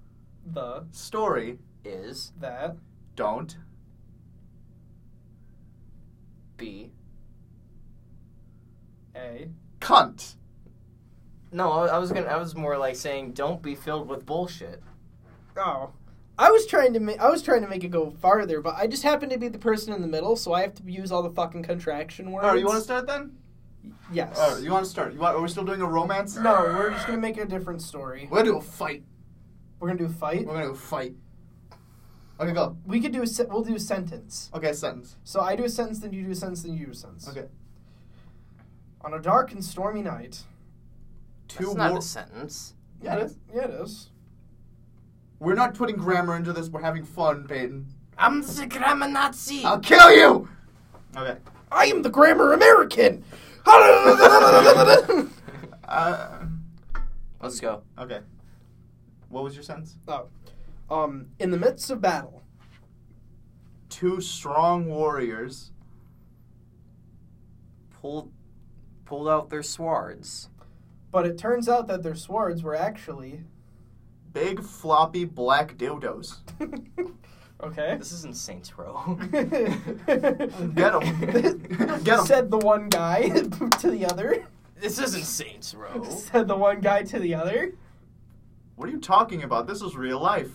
Speaker 1: the
Speaker 3: story.
Speaker 2: Is.
Speaker 1: that
Speaker 3: Don't
Speaker 2: Be.
Speaker 1: a
Speaker 3: cunt.
Speaker 2: No, I I was gonna. I was more like saying, don't be filled with bullshit.
Speaker 1: oh. I was trying to make I was trying to make it go farther, but I just happen to be the person in the middle, so I have to use all the fucking contraction words.
Speaker 3: Oh, you want to start then?
Speaker 1: Yes.
Speaker 3: Oh, you want to start? You want, are we still doing a romance?
Speaker 1: no, we're just gonna make a different story.
Speaker 3: We're gonna do a fight.
Speaker 1: We're gonna do a fight.
Speaker 3: We're gonna do a fight. Okay, go.
Speaker 1: We could do a se- we'll do a sentence.
Speaker 3: Okay, sentence.
Speaker 1: So I do a sentence, then you do a sentence, then you do a sentence.
Speaker 3: Okay.
Speaker 1: On a dark and stormy night.
Speaker 3: Two
Speaker 2: That's not
Speaker 3: wor-
Speaker 2: a sentence.
Speaker 3: Yeah, it is.
Speaker 1: Yeah, it is.
Speaker 3: We're not putting grammar into this. We're having fun, Peyton.
Speaker 2: I'm the grammar Nazi.
Speaker 3: I'll kill you. Okay.
Speaker 1: I am the grammar American. *laughs*
Speaker 3: Uh,
Speaker 2: Let's go.
Speaker 3: okay. What was your sentence?
Speaker 1: oh, um, in the midst of battle,
Speaker 3: Two strong warriors
Speaker 2: Pulled, pulled out their swords.
Speaker 1: but it turns out that their swords were actually.
Speaker 3: big floppy black dildos.
Speaker 1: okay.
Speaker 2: This isn't Saints Row. *laughs*
Speaker 1: Get *laughs*
Speaker 3: him. Get him.
Speaker 1: Said the one guy *laughs* to the other.
Speaker 2: this isn't Saints *laughs* Row.
Speaker 1: Said the one guy to the other.
Speaker 3: What are you talking about? This is real life.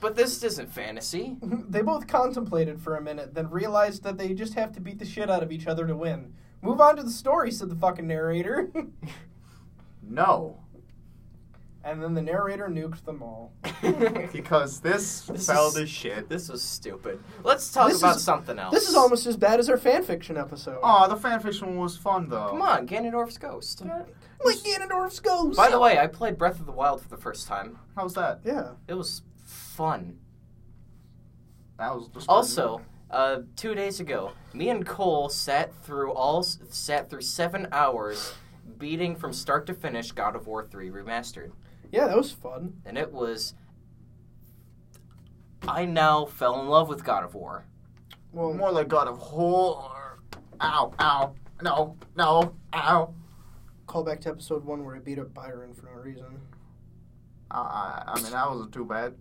Speaker 2: But this isn't *laughs* fantasy.
Speaker 1: They both contemplated for a minute, then realized that they just have to beat the shit out of each other to win. Move on to the story, said the fucking narrator. *laughs*
Speaker 3: No,
Speaker 1: and then the narrator nuked them all.
Speaker 3: because this,
Speaker 2: This
Speaker 3: fell
Speaker 2: is-
Speaker 3: to shit.
Speaker 2: this was stupid. Let's talk
Speaker 1: This
Speaker 2: about
Speaker 1: is-
Speaker 2: something else.
Speaker 1: This is almost as bad as our fanfiction episode.
Speaker 3: Aw, the fanfiction one was fun though.
Speaker 2: Come on, Ganondorf's Ghost.
Speaker 1: Like Ganondorf's Ghost!
Speaker 2: By the way, I played Breath of the Wild for the first time.
Speaker 3: How was that?
Speaker 1: Yeah.
Speaker 2: It was fun.
Speaker 3: That was just
Speaker 2: Also, uh, two days ago, me and Cole sat through all sat through seven hours, beating from start to finish God of War Three Remastered,
Speaker 1: Yeah, that was fun.
Speaker 2: and it was. I now fell in love with God of War.
Speaker 1: Well,
Speaker 3: more like God of Horror. Ow, ow, no, no, ow.
Speaker 1: call back to episode one where I beat up Byron for no reason.
Speaker 3: Uh, I I mean, that wasn't too bad.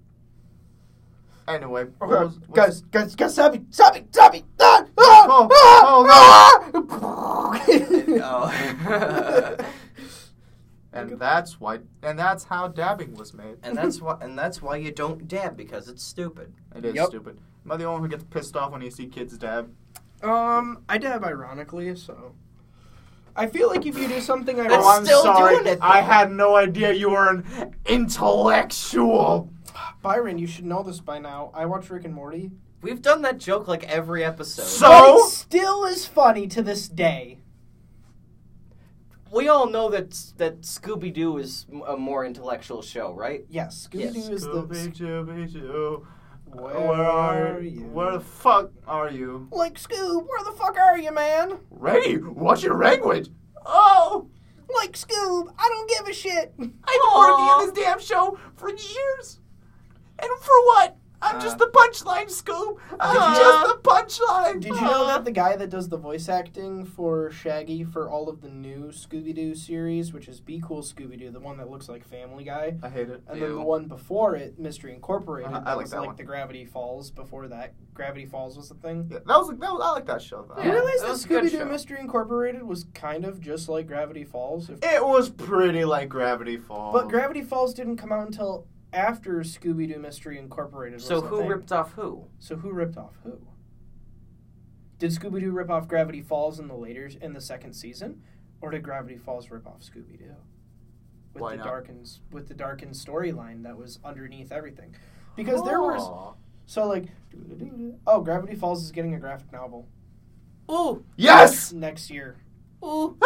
Speaker 3: Anyway, what
Speaker 1: Okay,
Speaker 3: was- what-
Speaker 1: guys, guys, guys, stop me, stop me, stop me! Ah,
Speaker 3: Oh,
Speaker 1: ah, Oh. ah.
Speaker 2: oh.
Speaker 3: and that's why, and that's how dabbing was made.
Speaker 2: *laughs* and that's why and that's why you don't dab because it's stupid.
Speaker 3: It is
Speaker 1: Yep.
Speaker 3: stupid. Am I the only one who gets pissed off when you see kids dab?
Speaker 1: *laughs* Um, I dab ironically, so I feel like if you do something
Speaker 2: That's
Speaker 1: ironic,
Speaker 2: still doing it, though.
Speaker 3: Oh, I had no idea you were an intellectual.
Speaker 1: Byron, you should know this by now. I watch Rick and Morty.
Speaker 2: We've done that joke like every episode.
Speaker 3: So-
Speaker 1: But it still is funny to this day.
Speaker 2: we all know that that Scooby Doo is a more intellectual show, right?
Speaker 1: Yes, Scooby
Speaker 2: Yes.
Speaker 1: Doo is the
Speaker 3: Scooby-Doo,
Speaker 1: where,
Speaker 3: Where the fuck are you?
Speaker 1: Like Scoob, where the fuck are you, man?
Speaker 3: Ray, watch your language. Oh,
Speaker 1: Like Scoob, I don't give a shit. *laughs*
Speaker 3: I've been working on this damn show for years. And for what? I'm
Speaker 2: Uh,
Speaker 3: just the punchline, Scoop. I'm
Speaker 1: Did you-
Speaker 3: just the punchline.
Speaker 1: Did you know that the guy that does the voice acting for Shaggy for all of the new Scooby Doo series, which is Be Cool Scooby Doo, the one that looks like Family Guy,
Speaker 3: I hate it.
Speaker 1: and then
Speaker 2: Ew.
Speaker 1: the one before it, Mystery Incorporated,
Speaker 3: Uh-huh, I
Speaker 1: that
Speaker 3: like
Speaker 1: was
Speaker 3: that
Speaker 1: like
Speaker 3: one.
Speaker 1: the Gravity Falls before that. Gravity Falls was the thing.
Speaker 3: Yeah, that was that was I like that show though.
Speaker 1: I
Speaker 2: Yeah,
Speaker 1: realized
Speaker 2: Uh, that
Speaker 1: that
Speaker 2: was a good
Speaker 1: Scooby Doo
Speaker 2: show.
Speaker 1: Mystery Incorporated was kind of just like Gravity Falls, if
Speaker 3: It was pretty like Gravity Falls.
Speaker 1: But Gravity Falls didn't come out until after Scooby Doo Mystery Incorporated. Was
Speaker 2: So
Speaker 1: the
Speaker 2: who
Speaker 1: thing.
Speaker 2: ripped off who?
Speaker 1: So who ripped off who? Did Scooby Doo rip off Gravity Falls in the later in the second season, or did Gravity Falls rip off Scooby Doo? With
Speaker 3: Why
Speaker 1: the
Speaker 3: not?
Speaker 1: darkened with the darkened storyline that was underneath everything, because there
Speaker 3: Oh.
Speaker 1: was so like oh Gravity Falls is getting a graphic novel
Speaker 2: Ooh,
Speaker 3: yes,
Speaker 1: next year.
Speaker 2: ooh,
Speaker 3: *laughs*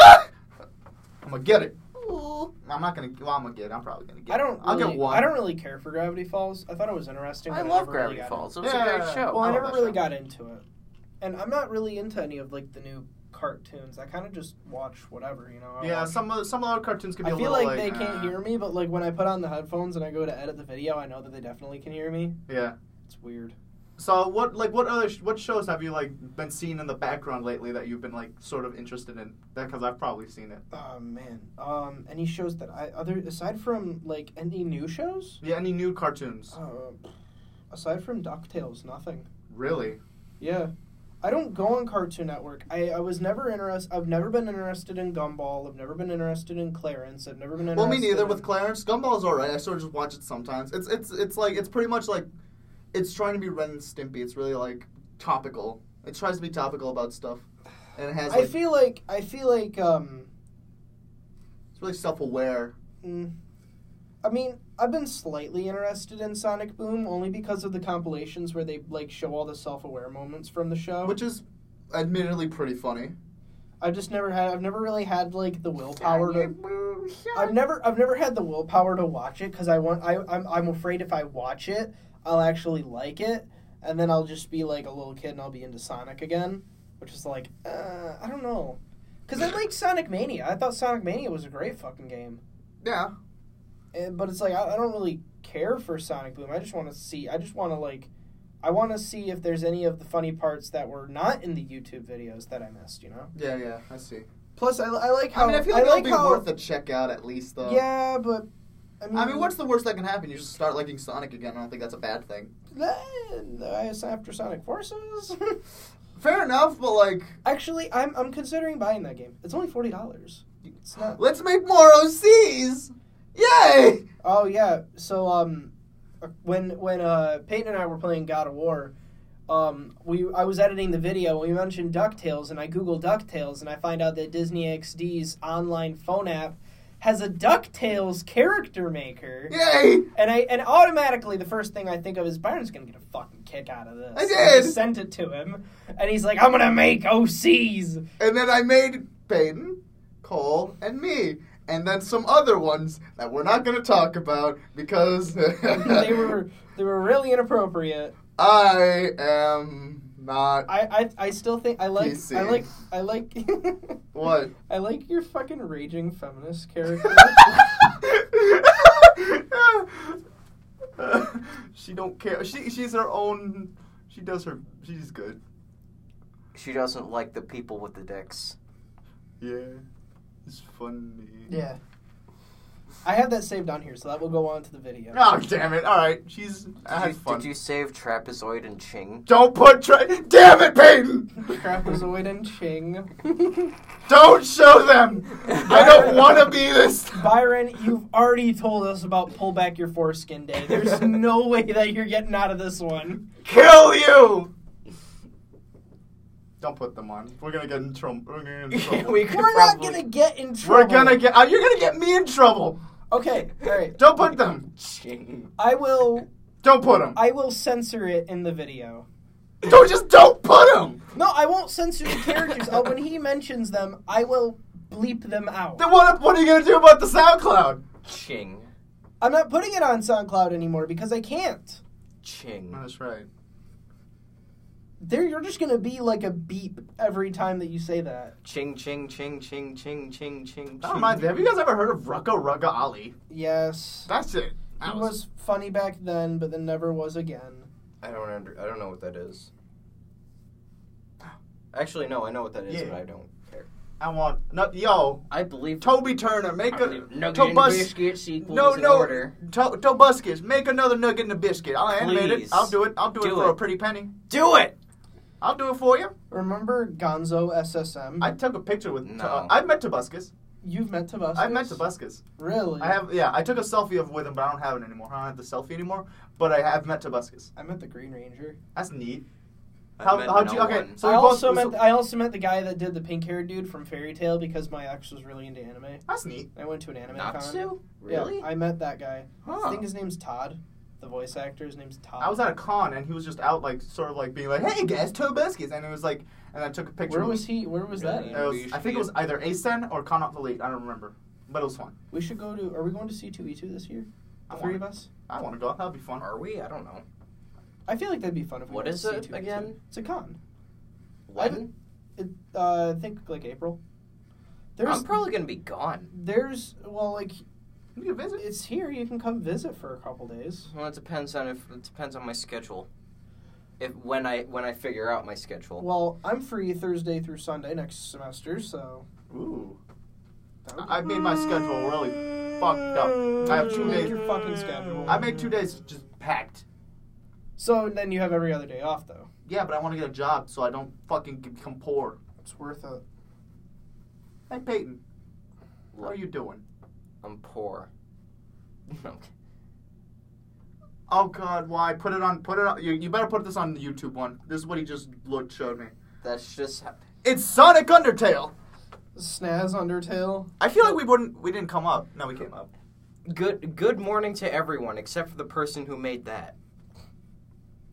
Speaker 3: I'm gonna get it.
Speaker 2: ooh.
Speaker 3: I'm not gonna. Well, I'm gonna get it. I'm probably gonna get.
Speaker 1: I don't.
Speaker 3: It. I'll
Speaker 1: really-
Speaker 3: get one.
Speaker 1: I don't really care for Gravity Falls. I thought it was interesting.
Speaker 2: I
Speaker 1: but
Speaker 2: love
Speaker 1: never really
Speaker 2: Gravity
Speaker 1: got
Speaker 2: Falls. It
Speaker 3: it.
Speaker 2: was a
Speaker 3: Yeah.
Speaker 2: great show.
Speaker 1: Well,
Speaker 3: I
Speaker 1: I
Speaker 3: love
Speaker 1: never
Speaker 3: that
Speaker 1: really
Speaker 3: show.
Speaker 1: got into it, and I'm not really into any of like the new cartoons. I kind of just watch whatever, you know. I
Speaker 3: Yeah,
Speaker 1: watch-
Speaker 3: some of some of the cartoons could be
Speaker 1: I
Speaker 3: a
Speaker 1: feel
Speaker 3: little
Speaker 1: like, they can't
Speaker 3: uh,
Speaker 1: hear me, but like when I put on the headphones and I go to edit the video, I know that they definitely can hear me.
Speaker 3: Yeah.
Speaker 1: It's weird.
Speaker 3: So what like what other sh- what shows have you like been seeing in the background lately that you've been like sort of interested in? Because I've probably seen it.
Speaker 1: Oh man. Um, any shows that I other aside from like any new shows?
Speaker 3: Yeah, any new cartoons?
Speaker 1: Uh, aside from Ducktales, nothing.
Speaker 3: Really?
Speaker 1: Yeah. I don't go on Cartoon Network. I, I was never interested. I've never been interested in Gumball. I've never been interested in Clarence. I've never been interested.
Speaker 3: Well, me neither.
Speaker 1: in-
Speaker 3: With Clarence, Gumball's alright. I sort of just watch it sometimes. It's it's it's like it's pretty much like it's trying to be Ren and Stimpy. It's really like topical. It tries to be topical about stuff, and it has
Speaker 1: I
Speaker 3: like,
Speaker 1: feel like I feel like um,
Speaker 3: it's really self-aware.
Speaker 1: mm, I mean, I've been slightly interested in Sonic Boom only because of the compilations where they like show all the self-aware moments from the show.
Speaker 3: which is admittedly pretty funny.
Speaker 1: I've just never had. I've never really had like the willpower to. I've never I've never had the willpower to watch it because I want I I'm, I'm afraid if I watch it I'll actually like it and then I'll just be like a little kid and I'll be into Sonic again, which is like uh, I don't know, because
Speaker 3: *laughs*
Speaker 1: I like Sonic Mania. I thought Sonic Mania was a great fucking game,
Speaker 3: Yeah,
Speaker 1: and, but it's like I, I don't really care for Sonic Boom. I just want to see. I just want to like. I want to see if there's any of the funny parts that were not in the YouTube videos that I missed, you know.
Speaker 3: yeah, yeah. I see.
Speaker 1: Plus, I, I like how
Speaker 3: I mean, I feel like, it'll be
Speaker 1: how,
Speaker 3: worth a check out at least, though.
Speaker 1: Yeah, but I mean,
Speaker 3: I mean, what's the worst that can happen? You just start liking Sonic again. I don't think that's a bad thing.
Speaker 1: Then, uh, after Sonic *laughs* Forces.
Speaker 3: Fair enough, but like,
Speaker 1: Actually, I'm I'm considering buying that game. It's only forty dollars. It's not.
Speaker 3: let's make more OCs. Yay!
Speaker 1: Oh yeah. So um, when when uh Peyton and I were playing God of War, um we I was editing the video. We mentioned Ducktales, and I Google Ducktales, and I find out that Disney XD's online phone app has a Ducktales character maker.
Speaker 3: Yay!
Speaker 1: And I and automatically the first thing I think of is Byron's gonna get a fucking kick out of this.
Speaker 3: I did.
Speaker 1: just sent it to him, and he's like, "I'm gonna make OCs."
Speaker 3: And then I made Peyton, Cole, and me, and then some other ones that we're not gonna talk about
Speaker 1: *laughs*
Speaker 3: because *laughs*
Speaker 1: they were they were really inappropriate.
Speaker 3: I am not
Speaker 1: I I, I still think I like
Speaker 3: PC.
Speaker 1: I like I like *laughs*
Speaker 3: what.
Speaker 1: I like your fucking raging feminist
Speaker 3: *laughs*
Speaker 1: character.
Speaker 3: she don't care. She she's her own. She does her. She's good.
Speaker 2: She doesn't like the people with the dicks.
Speaker 3: Yeah, it's funny.
Speaker 1: yeah. I have that saved on here, so that will go on to the video.
Speaker 3: Oh damn it! All right, she's. I
Speaker 2: Did
Speaker 3: had
Speaker 2: you,
Speaker 3: fun.
Speaker 2: did you save Trapezoid and Ching?
Speaker 3: Don't put. Tra- damn it, Peyton!
Speaker 1: Trapezoid and
Speaker 3: *laughs*
Speaker 1: Ching.
Speaker 3: don't show them.
Speaker 2: *laughs*
Speaker 3: I don't want to be this.
Speaker 1: Byron, you've already told us about pull back your foreskin day.
Speaker 3: *laughs*
Speaker 1: There's no way that you're getting out of this one.
Speaker 3: Kill you. Don't put them on. We're gonna get in trouble. We're
Speaker 2: *laughs*
Speaker 3: gonna get in trouble.
Speaker 2: We could
Speaker 1: We're not
Speaker 2: probably-
Speaker 1: gonna get in trouble.
Speaker 3: We're gonna get. Uh, you're gonna get me in trouble.
Speaker 1: Okay, all right.
Speaker 3: Don't put them.
Speaker 2: Ching.
Speaker 1: I will.
Speaker 3: Don't put them.
Speaker 1: I will censor it in the video.
Speaker 3: Don't just don't put them.
Speaker 1: No, I won't censor the
Speaker 3: *laughs*
Speaker 1: characters. oh, when he mentions them, I will bleep them out.
Speaker 3: Then what? What are you gonna do about the SoundCloud?
Speaker 2: Ching.
Speaker 1: I'm not putting it on SoundCloud anymore because I can't.
Speaker 2: Ching.
Speaker 3: That's right.
Speaker 1: There, you're just gonna be like a beep every time that you say that.
Speaker 2: Ching, ching, ching, ching, ching, ching, ching.
Speaker 3: That reminds me. Have you guys ever heard of Rucka Rugga Ali?
Speaker 1: Yes,
Speaker 3: That's it.
Speaker 1: he
Speaker 3: That was,
Speaker 1: was funny back then, but then never was again.
Speaker 2: I don't under, I don't know what that is. Actually, no, I know what that is,
Speaker 3: Yeah.
Speaker 2: but I don't care.
Speaker 3: I want no, yo
Speaker 2: I believe.
Speaker 3: Toby Turner make
Speaker 2: I
Speaker 3: a
Speaker 2: believe Nugget
Speaker 3: to
Speaker 2: and
Speaker 3: bus
Speaker 2: Biscuit sequels
Speaker 3: no
Speaker 2: in
Speaker 3: no
Speaker 2: order.
Speaker 3: to, to Buskins make another nugget and a biscuit. I'll animate it.
Speaker 2: Please.
Speaker 3: I'll do it. I'll do, it
Speaker 2: Do
Speaker 3: for
Speaker 2: it.
Speaker 3: a pretty penny.
Speaker 2: Do it.
Speaker 3: I'll do it for you.
Speaker 1: Remember Gonzo SSM?
Speaker 3: I took a picture with.
Speaker 2: No.
Speaker 3: uh, I've met Tobuscus.
Speaker 1: You've met Tabasco.
Speaker 3: I've met Tobuscus.
Speaker 1: Really?
Speaker 3: I have. Yeah, I took a selfie of with him, but I don't have it anymore. I don't have the selfie anymore. But I have met Tobuscus.
Speaker 1: I met the Green Ranger.
Speaker 3: That's neat.
Speaker 2: I
Speaker 3: How-
Speaker 2: meant
Speaker 3: how'd
Speaker 2: no
Speaker 3: you- okay.
Speaker 2: one.
Speaker 3: So
Speaker 1: I
Speaker 3: we both-
Speaker 1: also met.
Speaker 3: so-
Speaker 1: I also met the guy that did the pink-haired dude from Fairy Tale because my ex was really into anime.
Speaker 3: That's neat.
Speaker 1: I went to an anime con.
Speaker 2: Natsu?
Speaker 1: Yeah,
Speaker 2: Really?
Speaker 1: I met that guy. I
Speaker 2: Huh.
Speaker 1: think his name's Todd. The voice actor, his name's
Speaker 2: Oh.
Speaker 1: Todd.
Speaker 3: I was at a con and he was just out like sort of like being like, "Hey guys, Tobuscus," and it was like, and I took a picture.
Speaker 1: Where
Speaker 3: with-
Speaker 1: was he? Where was that?
Speaker 2: Really?
Speaker 1: at?
Speaker 3: It was-
Speaker 2: You should
Speaker 3: I think
Speaker 2: be-
Speaker 3: it was either ASEN or Con Off the Elite. I don't remember, but it was fun.
Speaker 1: We should go to. Are we going to C two E two this year?
Speaker 3: I
Speaker 1: The three
Speaker 3: want
Speaker 1: of us.
Speaker 3: I want to go. That'd be fun.
Speaker 2: Are we? I don't know.
Speaker 1: I feel like that'd be fun if we.
Speaker 2: What
Speaker 1: went
Speaker 2: is
Speaker 1: to
Speaker 2: it
Speaker 1: C2E2.
Speaker 2: again?
Speaker 1: It's a con.
Speaker 2: When?
Speaker 1: It, uh, I think like April. There's
Speaker 2: I'm probably gonna be gone.
Speaker 1: there's well like
Speaker 3: You can visit.
Speaker 1: it's here. You can come visit for a couple days.
Speaker 2: Well, it depends on if it depends on my schedule. If when I when I figure out my schedule.
Speaker 1: Well, I'm free Thursday through Sunday next semester, so
Speaker 3: Ooh,
Speaker 1: that would be-
Speaker 3: I I made my schedule really fucked up. I have two
Speaker 1: You make
Speaker 3: days.
Speaker 1: your fucking schedule.
Speaker 3: I made two days just packed.
Speaker 1: So then you have every other day off though.
Speaker 3: Yeah, but I want to get a job so I don't fucking become poor.
Speaker 1: It's worth it.
Speaker 3: Hey Peyton, how
Speaker 2: Look,
Speaker 3: are you doing?
Speaker 2: I'm poor. *laughs* Okay.
Speaker 3: Oh God, why? Put it on. Put it on. You, you better put this on the YouTube one. This is what he just looked showed me.
Speaker 2: That's just how-
Speaker 3: It's Sonic Undertale.
Speaker 1: Snaz Undertale.
Speaker 3: I feel like we wouldn't. We didn't come up. No, we came up.
Speaker 2: good. Good morning to everyone except for the person who made that.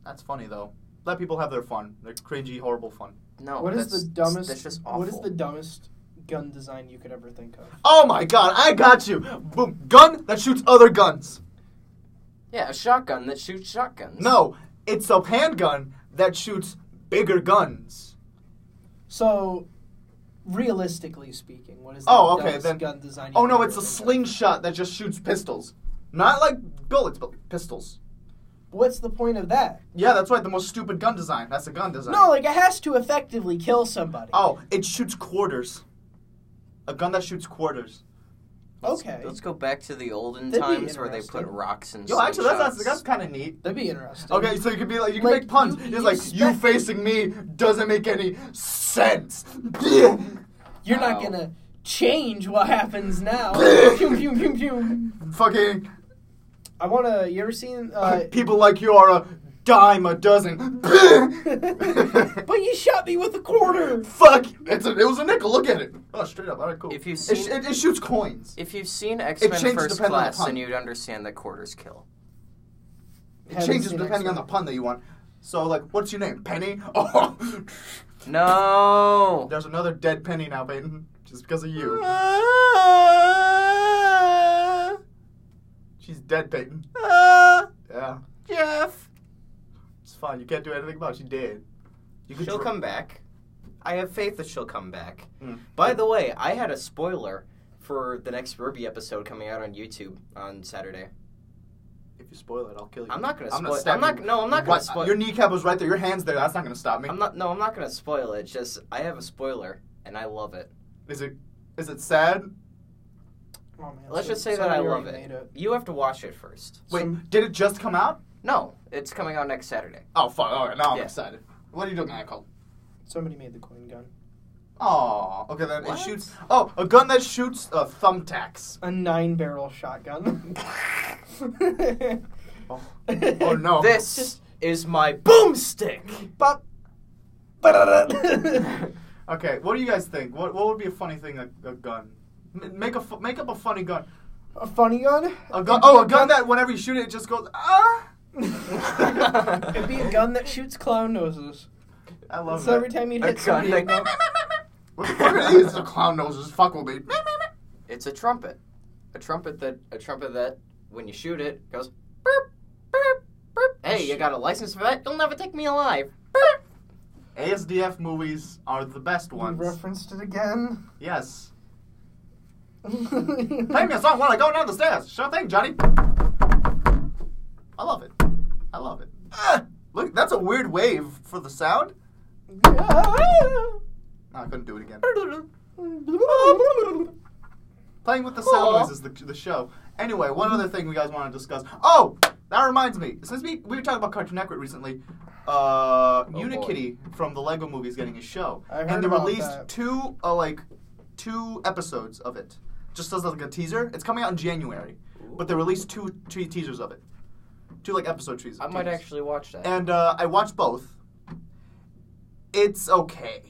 Speaker 3: That's funny though. Let people have their fun. Their cringy, horrible fun.
Speaker 2: No.
Speaker 1: what is
Speaker 2: Oh, that's-
Speaker 1: the dumbest?
Speaker 2: That's just awful.
Speaker 1: what is the dumbest gun design you could ever think of?
Speaker 3: Oh my God, I got you. Boom, gun that shoots other guns.
Speaker 2: yeah, a shotgun that shoots shotguns.
Speaker 3: No, it's a handgun that shoots bigger guns.
Speaker 1: So, realistically speaking, what is the
Speaker 3: Oh, okay
Speaker 1: dumbest
Speaker 3: then.
Speaker 1: gun design? you
Speaker 3: oh
Speaker 1: could
Speaker 3: no,
Speaker 1: ever
Speaker 3: it's a
Speaker 1: think of?
Speaker 3: slingshot that just shoots pistols, not like bullets, but pistols.
Speaker 1: What's the point of that?
Speaker 3: Yeah, that's right. The most stupid gun design. That's a gun design.
Speaker 1: No, like it has to effectively kill somebody.
Speaker 3: Oh, it shoots quarters. A gun that shoots quarters.
Speaker 2: Let's-
Speaker 1: okay.
Speaker 2: Let's go back to the olden
Speaker 1: That'd be
Speaker 2: times where they put
Speaker 1: interesting.
Speaker 2: rocks and.
Speaker 3: Yo, actually, that's that's,
Speaker 2: slingshots.
Speaker 3: that's kind of neat.
Speaker 1: That'd be interesting.
Speaker 3: Okay, so you could be like, you can
Speaker 1: Like,
Speaker 3: make puns.
Speaker 1: you-
Speaker 3: It's
Speaker 1: you
Speaker 3: like, you
Speaker 1: expect-
Speaker 3: facing me doesn't make any sense.
Speaker 1: You're not
Speaker 3: Oh.
Speaker 2: Ow.
Speaker 1: gonna change what happens
Speaker 3: *laughs*
Speaker 1: now. pew, pew, pew, pew.
Speaker 3: Fucking
Speaker 1: I wanna. You ever seen? Uh,
Speaker 3: people like you are a dime a
Speaker 1: *laughs*
Speaker 3: dozen.
Speaker 1: but you shot me with a
Speaker 3: *laughs*
Speaker 1: quarter.
Speaker 3: Fuck! It's a, it was a nickel. Look at it. Oh, straight up. All right, cool.
Speaker 2: If you've
Speaker 3: It
Speaker 2: seen
Speaker 3: sh-
Speaker 2: it-
Speaker 3: it, it shoots coins.
Speaker 2: If you've seen X Men
Speaker 3: changes
Speaker 2: First
Speaker 3: depending on the
Speaker 2: Class, then
Speaker 3: pun.
Speaker 2: you'd understand that quarters kill.
Speaker 3: It
Speaker 1: Haven't
Speaker 3: changes
Speaker 1: seen
Speaker 3: depending on the
Speaker 1: X-Men.
Speaker 3: pun that you want. So, like, what's your name? Penny? *laughs* Oh,
Speaker 2: No.
Speaker 3: there's another dead penny now, Peyton, just because of you. She's dead, Peyton. Yeah,
Speaker 2: Jeff.
Speaker 3: it's fine. You can't do anything about it. She dead. You could
Speaker 2: She'll
Speaker 3: dr-
Speaker 2: come back. I have faith that she'll come back.
Speaker 3: Mm.
Speaker 2: By the way, I had a spoiler for the next Ruby episode coming out on YouTube on Saturday.
Speaker 3: If you spoil it, I'll kill you.
Speaker 2: I'm not gonna
Speaker 3: I'm
Speaker 2: spoil.
Speaker 3: stab
Speaker 2: I'm not.
Speaker 3: you.
Speaker 2: No, I'm not gonna
Speaker 3: What?
Speaker 2: spoil.
Speaker 3: Your kneecap was right there. Your hand's there. That's not gonna stop me.
Speaker 2: I'm not. No, I'm not gonna spoil it. Just I have a spoiler and I love it.
Speaker 3: Is it? Is it sad?
Speaker 1: Oh, man,
Speaker 2: Let's
Speaker 1: so-
Speaker 2: just say that I
Speaker 1: somebody
Speaker 2: love
Speaker 1: already
Speaker 2: it.
Speaker 1: made
Speaker 2: You have to watch it first.
Speaker 3: Wait,
Speaker 1: Some-
Speaker 3: did it just come out?
Speaker 2: No, it's coming out next Saturday.
Speaker 3: Oh fuck! All right, now I'm
Speaker 2: Yeah.
Speaker 3: excited. What are you doing, Michael?
Speaker 1: Somebody made the coin gun.
Speaker 3: Oh, okay then
Speaker 2: What?
Speaker 3: it shoots. Oh, a gun that shoots uh, thumbtacks.
Speaker 1: A nine-barrel shotgun.
Speaker 3: *laughs*
Speaker 1: *laughs*
Speaker 3: Oh. Oh no!
Speaker 2: This is my boomstick.
Speaker 1: Bop. Ba-da-da.
Speaker 3: Okay, what do you guys think? What what would be a funny thing? A, a gun. M- Make a fu- make up a funny gun.
Speaker 1: *laughs* a funny gun.
Speaker 3: A gun. Oh, a gun that whenever you shoot it, it just goes ah.
Speaker 1: *laughs* It'd be a gun that shoots clown noses.
Speaker 3: I love
Speaker 1: So
Speaker 3: that.
Speaker 1: every time you
Speaker 2: A
Speaker 1: hit
Speaker 2: gun
Speaker 1: somebody,
Speaker 2: that-
Speaker 1: you go,
Speaker 3: What the fuck are these? The clown noses. Fuck with me.
Speaker 2: It's a trumpet. A trumpet that a trumpet that when you shoot it goes burp burp burp. Hey, you got a license for that? You'll never take me alive. Burp.
Speaker 3: ASDF movies are the best
Speaker 1: we
Speaker 3: ones.
Speaker 1: referenced it again. *laughs*
Speaker 3: Yes. Play
Speaker 1: Play
Speaker 3: me a song while I go down the stairs. Sure thing, Johnny. I love it. I love it. Ah, look weird wave for the sound.
Speaker 1: Yeah.
Speaker 3: No, I couldn't do it again. Playing with the sound
Speaker 1: Aw.
Speaker 3: noise is the, the show. Anyway, one other thing we guys want to discuss. Oh, that reminds me. Since we, we were talking about Cartoon Network recently, uh,
Speaker 2: boy.
Speaker 3: Unikitty from the Lego movie is getting a show.
Speaker 1: I heard
Speaker 3: and they
Speaker 1: about
Speaker 3: released
Speaker 1: that.
Speaker 3: two, uh, like, two episodes of it. Just as like a teaser. It's coming out in January. But they released two, two teasers of it. Two, like, episode teasers.
Speaker 2: I might
Speaker 3: teasers.
Speaker 2: actually watch that.
Speaker 3: And uh, I watched both. It's okay.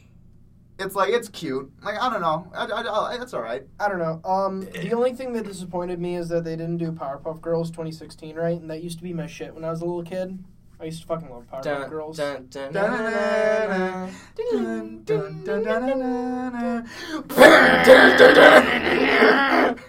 Speaker 3: It's like, it's cute. Like, I don't know. I, I, I, it's alright.
Speaker 1: I don't know. Um, the only thing that disappointed me is that they didn't do Powerpuff Girls 2016 right, and that used to be my shit when I was a little kid. I used to fucking love Powerpuff
Speaker 2: Dun,
Speaker 1: Girls.
Speaker 2: dun, dun, dun, dun, dun, dun.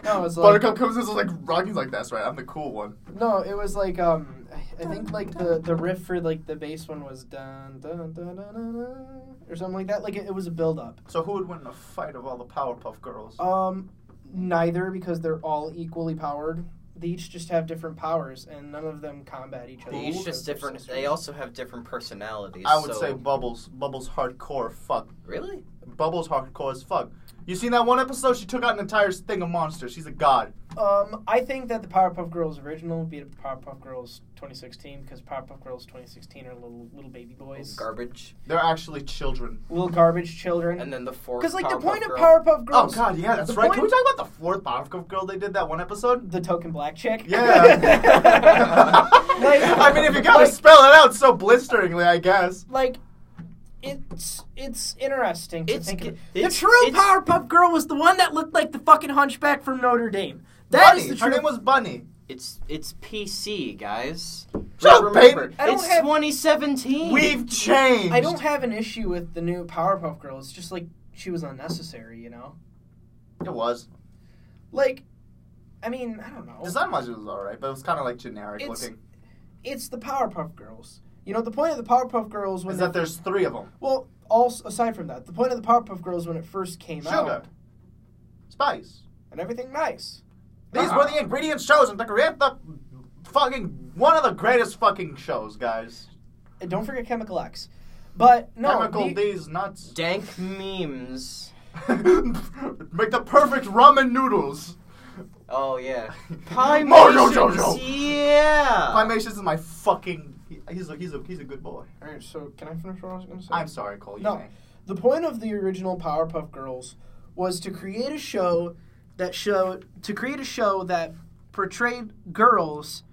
Speaker 3: No,
Speaker 1: No, it's like-
Speaker 3: Buttercup comes in and is like rocking like that's right. I'm the cool one.
Speaker 1: No, it was like um, I- I think like the the riff for like the bass one was dun dun dun dun dun, dun or something like that. Like it, it was a build up.
Speaker 3: So who would win in a fight of all the Powerpuff Girls?
Speaker 1: Um, neither because they're all equally powered. They each just have different powers, and none of them combat each other.
Speaker 2: They each
Speaker 1: because
Speaker 2: just
Speaker 1: they're
Speaker 2: different.
Speaker 1: sisters.
Speaker 2: They also have different personalities.
Speaker 3: I would
Speaker 2: so-
Speaker 3: say Bubbles. Bubbles hardcore. Fuck.
Speaker 2: Really?
Speaker 3: Bubbles hardcore as fuck. You seen that one episode? She took out an entire thing of monsters. She's a god.
Speaker 1: Um, I think that the Powerpuff Girls original beat Powerpuff Girls 2016 because Powerpuff Girls 2016 are little little baby boys,
Speaker 2: Garbage.
Speaker 3: They're actually children.
Speaker 1: little garbage children.
Speaker 2: And then the fourth.
Speaker 1: Because like the
Speaker 2: Powerpuff
Speaker 1: point of
Speaker 2: Girl-
Speaker 1: Powerpuff
Speaker 3: Oh
Speaker 1: Girls,
Speaker 3: god, yeah, that's
Speaker 1: the
Speaker 3: right. Can we
Speaker 1: point-
Speaker 3: talk about the fourth Powerpuff Girl they did that one episode?
Speaker 1: the token black chick. *laughs*
Speaker 3: *laughs* Yeah.
Speaker 1: Like-
Speaker 3: I mean, if you gotta
Speaker 1: like-
Speaker 3: spell it out so blisteringly, I guess.
Speaker 1: like it's it's interesting to
Speaker 2: It's
Speaker 1: think
Speaker 2: g-
Speaker 1: of.
Speaker 2: it's-
Speaker 1: the true
Speaker 2: it's-
Speaker 1: Powerpuff Girl was the one that looked like the fucking hunchback from Notre Dame. That
Speaker 3: Bunny.
Speaker 1: is the
Speaker 3: Her
Speaker 1: true.
Speaker 3: name was Bunny.
Speaker 2: It's it's PC, guys.
Speaker 3: Shut up,
Speaker 2: remember,
Speaker 3: Peyton.
Speaker 1: I don't
Speaker 2: it's
Speaker 1: have-
Speaker 2: 2017.
Speaker 3: We've changed.
Speaker 1: I don't have an issue with the new Powerpuff Girl. It's just like she was unnecessary, you know.
Speaker 3: It was
Speaker 1: Like, I mean, I don't know.
Speaker 3: design wise, it was all right, but it was kind of like generic
Speaker 1: It's-
Speaker 3: looking.
Speaker 1: It's the Powerpuff Girls. You know, the point of the Powerpuff Girls
Speaker 3: Is
Speaker 1: was
Speaker 3: that there's three of them?
Speaker 1: well, also aside from that, the point of the Powerpuff Girls when it first came
Speaker 3: Sugar,
Speaker 1: out
Speaker 3: spice.
Speaker 1: and everything nice.
Speaker 3: These
Speaker 1: Uh-huh.
Speaker 3: were the ingredients chosen to create the fucking one of the greatest fucking shows, guys.
Speaker 1: And don't forget Chemical X. But no,
Speaker 3: Chemical
Speaker 1: the-
Speaker 3: these nuts.
Speaker 2: dank memes.
Speaker 3: *laughs* Make the perfect ramen noodles.
Speaker 2: Oh yeah.
Speaker 3: Mojo
Speaker 2: Pymations, Yeah.
Speaker 1: Uh.
Speaker 3: Climacius is my fucking. he- He's a he's a he's a good boy.
Speaker 1: All right, so can I finish what I was going to say?
Speaker 3: I'm sorry, Cole. You
Speaker 1: No.
Speaker 3: may.
Speaker 1: The point of the original Powerpuff Girls was to create a show that show to create a show that portrayed girls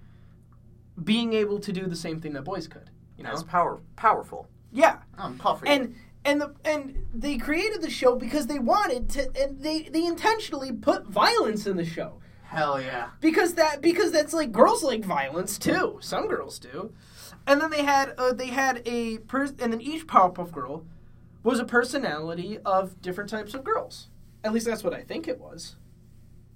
Speaker 1: being able to do the same thing that boys could. You know?
Speaker 2: That's power powerful.
Speaker 1: Yeah.
Speaker 3: I'm puffy.
Speaker 1: And and the and they created the show because they wanted to and they they intentionally put violence in the show.
Speaker 3: hell yeah.
Speaker 1: because that because that's like girls like violence too. Some girls do, and then they had uh, they had a person, and then each Powerpuff Girl was a personality of different types of girls. At least that's what I think it was.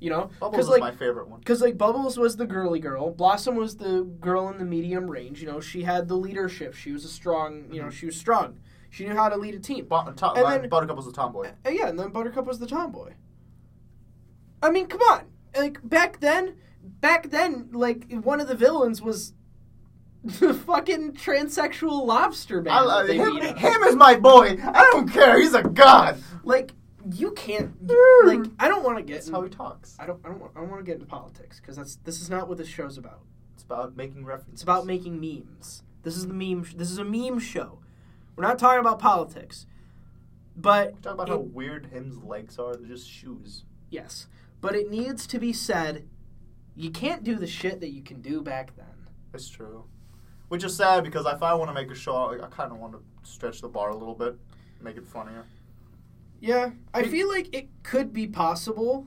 Speaker 1: You know,
Speaker 3: Bubbles
Speaker 1: because
Speaker 3: is
Speaker 1: like
Speaker 3: my favorite one.
Speaker 1: because like Bubbles was the girly girl, Blossom was the girl in the medium range. You know, she had the leadership. She was a strong.
Speaker 3: Mm-hmm.
Speaker 1: You know, she was strong. She knew how to lead a team.
Speaker 3: Bu- to-
Speaker 1: And
Speaker 3: uh,
Speaker 1: then-
Speaker 3: Buttercup was a tomboy.
Speaker 1: Uh, yeah, and then Buttercup was the tomboy. I mean, come on. Like back then, back then, like one of the villains was the fucking transsexual lobster man.
Speaker 3: I love
Speaker 1: that they
Speaker 3: him.
Speaker 1: beat up.
Speaker 3: Him is my boy. I don't care. He's a god.
Speaker 1: Like you can't. Like I don't want to get.
Speaker 3: That's
Speaker 1: in-
Speaker 3: how he talks.
Speaker 1: I don't. I don't. wa- I don't want to get into politics because that's. This is not what this show's about.
Speaker 3: It's about making references.
Speaker 1: It's about making memes. This is the meme. Sh- this is a meme show. We're not talking about politics, but
Speaker 3: Talk about how
Speaker 1: it-
Speaker 3: weird him's legs are. They're just shoes.
Speaker 1: Yes. But it needs to be said you can't do the shit that you can do back then.
Speaker 3: That's true. Which is sad because if I want to make a show, I, I kind of want to stretch the bar a little bit, make it funnier.
Speaker 1: Yeah. I feel like it could be possible.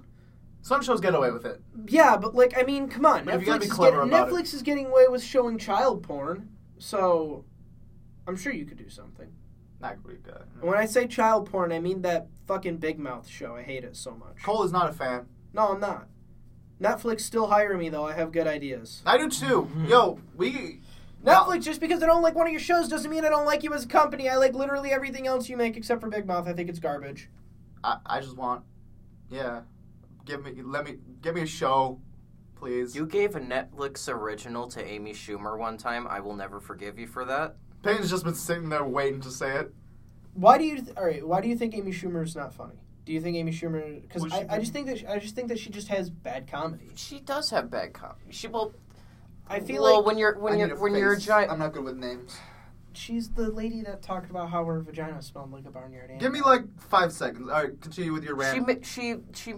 Speaker 3: Some shows get away with it.
Speaker 1: Yeah, but like I mean, come on.
Speaker 3: But if you
Speaker 1: Netflix,
Speaker 3: gotta be
Speaker 1: is,
Speaker 3: clever
Speaker 1: getting,
Speaker 3: about it.
Speaker 1: Netflix is getting away with showing child porn. So I'm sure you could do something.
Speaker 3: Not great guy.
Speaker 1: And when I say child porn, I mean that fucking Big Mouth show. I hate it so much.
Speaker 3: Cole is not a fan.
Speaker 1: No, I'm not. Netflix still hire me though. I have good ideas.
Speaker 3: I
Speaker 1: *laughs*
Speaker 3: do too. Yo, we.
Speaker 1: Netflix, just because I don't like one of your shows doesn't mean I don't like you as a company. I like literally everything else you make except for Big Mouth. I think it's garbage.
Speaker 3: I, I just want, yeah, give me, let me, give me a show, please.
Speaker 2: You gave a Netflix original to Amy Schumer one time. I will never forgive you for that.
Speaker 3: Peyton's just been sitting there waiting to say it.
Speaker 1: Why do you? Th- all right. Why do you think Amy Schumer is not funny? Do you think Amy Schumer? Because
Speaker 3: Was she
Speaker 1: I, I just think that she, I just think that she just has bad comedy.
Speaker 2: She does have bad comedy. She will.
Speaker 1: I feel
Speaker 2: well,
Speaker 1: like
Speaker 2: when you're when
Speaker 3: I
Speaker 2: you're
Speaker 3: need a
Speaker 2: when you're a
Speaker 3: face.
Speaker 2: giant.
Speaker 3: I'm not good with names.
Speaker 1: she's the lady that talked about how her vagina smelled like a barnyard. Animal.
Speaker 3: Give me like five seconds. All right, continue with your
Speaker 2: She
Speaker 3: rant.
Speaker 2: ma- she she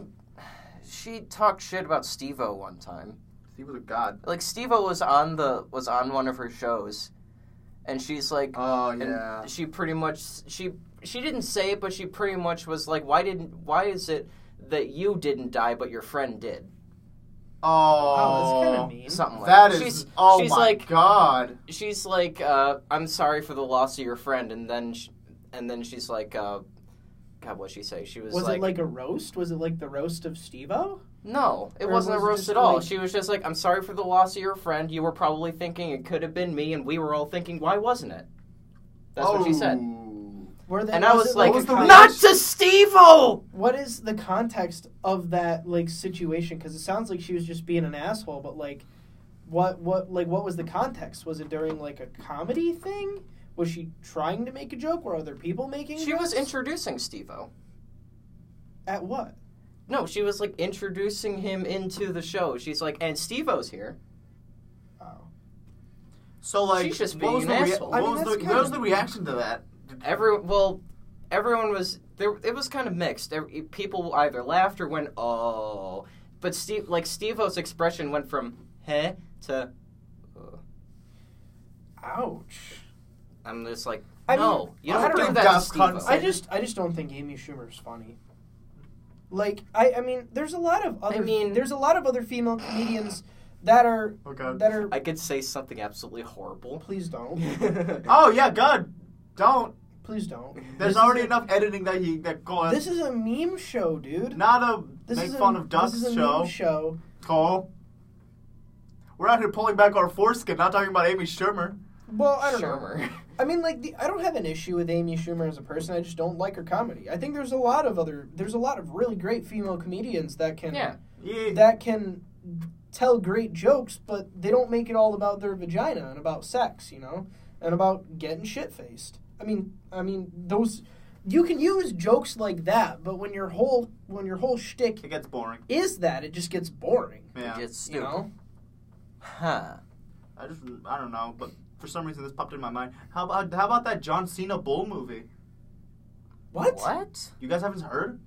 Speaker 2: she talked shit about Steve-O one time.
Speaker 3: he was a god.
Speaker 2: Like Steve-O was on the was on one of her shows, and she's like,
Speaker 3: Oh
Speaker 2: and
Speaker 3: yeah.
Speaker 2: she pretty much she she didn't say it, but she pretty much was like, why didn't why is it that you didn't die but your friend did?
Speaker 1: Oh,
Speaker 3: Oh,
Speaker 1: that's kind of mean.
Speaker 2: Something like
Speaker 3: That is.
Speaker 2: She's,
Speaker 3: oh
Speaker 2: she's
Speaker 3: my
Speaker 2: like
Speaker 3: god.
Speaker 2: she's like uh, I'm sorry for the loss of your friend, and then sh and then she's like. Uh, God, what she say? She was,
Speaker 1: Was
Speaker 2: like,
Speaker 1: it like a roast? Was it like the roast of Steve-O?
Speaker 2: No, it
Speaker 1: Or
Speaker 2: wasn't
Speaker 1: was
Speaker 2: a
Speaker 1: it
Speaker 2: roast
Speaker 1: just
Speaker 2: at all.
Speaker 1: like-
Speaker 2: She was just like, I'm sorry for the loss of your friend. You were probably thinking it could have been me, and we were all thinking, why wasn't it? That's what
Speaker 3: Oh.
Speaker 2: she said.
Speaker 1: Were they,
Speaker 2: And I was
Speaker 1: Oh. it
Speaker 2: like,
Speaker 3: was the
Speaker 1: a con-
Speaker 2: not to Steve O!
Speaker 1: what is the context of that like situation? Because it sounds like she was just being an asshole, but like, what what like what was the context? Was it during like a comedy thing? Was she trying to make a joke? Were other people making?
Speaker 2: She was
Speaker 1: jokes?
Speaker 2: introducing Steve O.
Speaker 1: at what?
Speaker 2: No, she was like introducing him into the show. She's like, and Steve O's here.
Speaker 1: Oh.
Speaker 3: So like,
Speaker 2: She's just
Speaker 3: what was,
Speaker 2: being
Speaker 3: the,
Speaker 2: an
Speaker 3: rea-
Speaker 2: asshole.
Speaker 3: what
Speaker 1: I mean,
Speaker 3: was the-
Speaker 1: that's
Speaker 3: what was
Speaker 1: kinda-
Speaker 3: the reaction to that?
Speaker 2: Every well, everyone was there. It was kind of mixed. Every, people either laughed or went, "Oh," but Steve, like Steve O's expression went from "heh" to
Speaker 1: Ouch.
Speaker 2: "I'm just like,
Speaker 1: I
Speaker 2: no,
Speaker 1: mean,
Speaker 2: you
Speaker 1: I don't
Speaker 2: don't do
Speaker 1: know.
Speaker 2: that to
Speaker 3: Daft
Speaker 2: Steve-O.
Speaker 3: Punk
Speaker 1: I just I just don't think Amy Schumer's funny. Like I I mean, there's a lot of other
Speaker 2: mean-
Speaker 1: there's a lot of other female comedians that are
Speaker 3: Oh god.
Speaker 1: that are
Speaker 2: I could say something
Speaker 1: *laughs*
Speaker 2: absolutely horrible.
Speaker 1: please don't
Speaker 2: I
Speaker 3: Oh yeah, God, don't.
Speaker 1: please don't.
Speaker 3: There's
Speaker 1: This is
Speaker 3: already
Speaker 1: a-
Speaker 3: enough editing that he that Cole.
Speaker 1: This is a meme show, dude.
Speaker 3: not a
Speaker 1: This
Speaker 3: make
Speaker 1: is
Speaker 3: fun
Speaker 1: a,
Speaker 3: of ducks
Speaker 1: this is a
Speaker 3: show.
Speaker 1: Meme show.
Speaker 3: Cole, we're out here pulling back our foreskin, not talking about Amy Schumer.
Speaker 1: Well, I don't know. *laughs*
Speaker 2: Shermer.
Speaker 1: I mean, like, the, I don't have an issue with Amy Schumer as a person. I just don't like her comedy. I think there's a lot of other, there's a lot of really great female comedians that can,
Speaker 2: Yeah.
Speaker 3: Yeah.
Speaker 1: that can tell great jokes, but they don't make it all about their vagina and about sex, you know, and about getting shit faced. I mean, I mean, those you can use jokes like that, but when your whole when your whole shtick
Speaker 3: it gets boring.
Speaker 1: is that, it just gets boring.
Speaker 3: Yeah.
Speaker 2: It's
Speaker 1: You
Speaker 2: stupid.
Speaker 1: know,
Speaker 2: Huh.
Speaker 3: I just I don't know, but for some reason this popped in my mind. How about how about that John Cena bull movie?
Speaker 1: what?
Speaker 2: What?
Speaker 3: You guys haven't heard?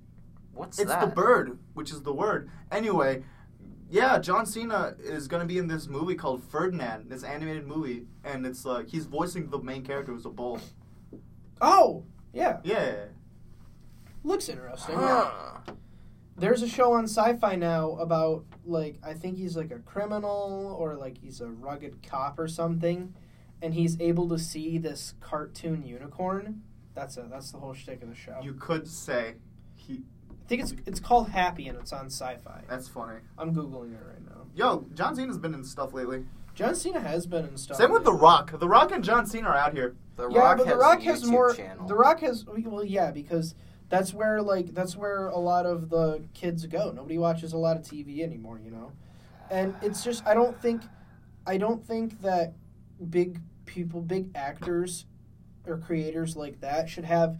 Speaker 2: What's
Speaker 3: It's
Speaker 2: that?
Speaker 3: the bird, which is the word. Anyway, yeah, John Cena is gonna be in this movie called Ferdinand. This animated movie, and it's like he's voicing the main character who's a bull.
Speaker 1: Oh, yeah,
Speaker 3: Yeah,
Speaker 1: looks interesting. *sighs*
Speaker 2: Huh.
Speaker 1: There's a show on Sci-Fi now about like I think he's like a criminal or like he's a rugged cop or something, and he's able to see this cartoon unicorn. That's it. That's the whole shtick of the show.
Speaker 3: you could say he.
Speaker 1: I think it's it's called Happy and it's on Sci-Fi.
Speaker 3: That's funny.
Speaker 1: I'm googling it right now.
Speaker 3: Yo, John Cena's been in stuff lately.
Speaker 1: John Cena has been in stuff.
Speaker 3: Same with The Rock. The Rock and John Cena are out here.
Speaker 2: The
Speaker 1: yeah,
Speaker 2: Rock
Speaker 1: but
Speaker 2: has
Speaker 1: The Rock
Speaker 2: a
Speaker 1: has
Speaker 2: YouTube
Speaker 1: more.
Speaker 2: channel.
Speaker 1: The Rock has well, yeah, because that's where like that's where a lot of the kids go. Nobody watches a lot of TV anymore, you know. And it's just I don't think, I don't think that big people, big actors, or creators like that should have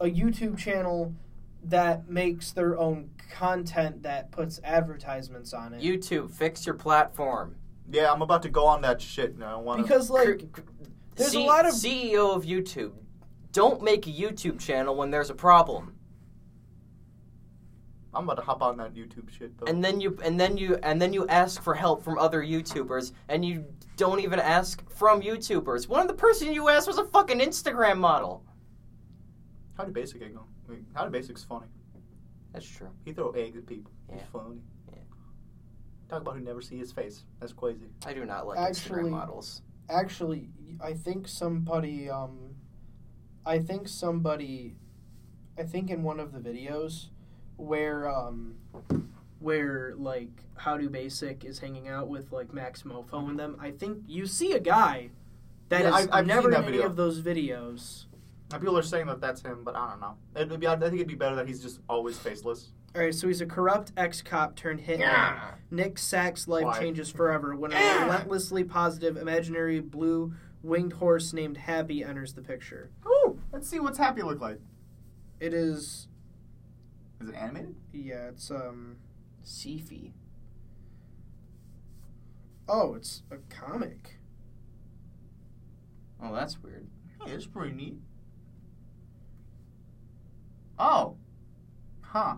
Speaker 1: a YouTube channel that makes their own content that puts advertisements on it.
Speaker 2: YouTube, fix your platform.
Speaker 3: Yeah, I'm about to go on that shit. No, I want to.
Speaker 1: because like
Speaker 2: Cr- cr-
Speaker 1: there's
Speaker 2: C-
Speaker 1: a lot of
Speaker 2: CEO of YouTube. Don't make a YouTube channel when there's a problem,
Speaker 3: I'm about to hop on that YouTube shit though.
Speaker 2: and then you and then you and then you ask for help from other YouTubers, and you don't even ask from YouTubers. One of the person you asked was a fucking Instagram model.
Speaker 3: how did Basic get going? I mean, how did Basic's funny?
Speaker 2: That's true.
Speaker 3: He throw eggs at people. He's
Speaker 2: Yeah.
Speaker 3: funny.
Speaker 2: Yeah.
Speaker 3: Talk about who never see his face. That's crazy.
Speaker 2: I do not like Instagram
Speaker 1: Actually-
Speaker 2: models.
Speaker 1: actually i think somebody um i think somebody i think in one of the videos where um where like how do basic is hanging out with like max mofo and them i think you see a guy that
Speaker 3: Yeah,
Speaker 1: is
Speaker 3: I've- I've
Speaker 1: never
Speaker 3: seen that
Speaker 1: in any
Speaker 3: video.
Speaker 1: of those videos
Speaker 3: Now, people are saying that that's him, but I don't know. It'd be, I think it'd be better that he's just always faceless.
Speaker 1: all right so he's a corrupt ex-cop turned hitman Nick Sack's life
Speaker 3: Why?
Speaker 1: changes forever when a
Speaker 2: Yeah.
Speaker 1: relentlessly positive, imaginary blue winged horse named Happy enters the picture.
Speaker 3: Ooh, let's see what's Happy look like.
Speaker 1: It is
Speaker 3: Is it animated?
Speaker 1: yeah, it's um
Speaker 2: Sifi.
Speaker 1: oh, it's a comic.
Speaker 2: Oh, that's weird.
Speaker 3: Hey, it's pretty neat. Oh. Huh.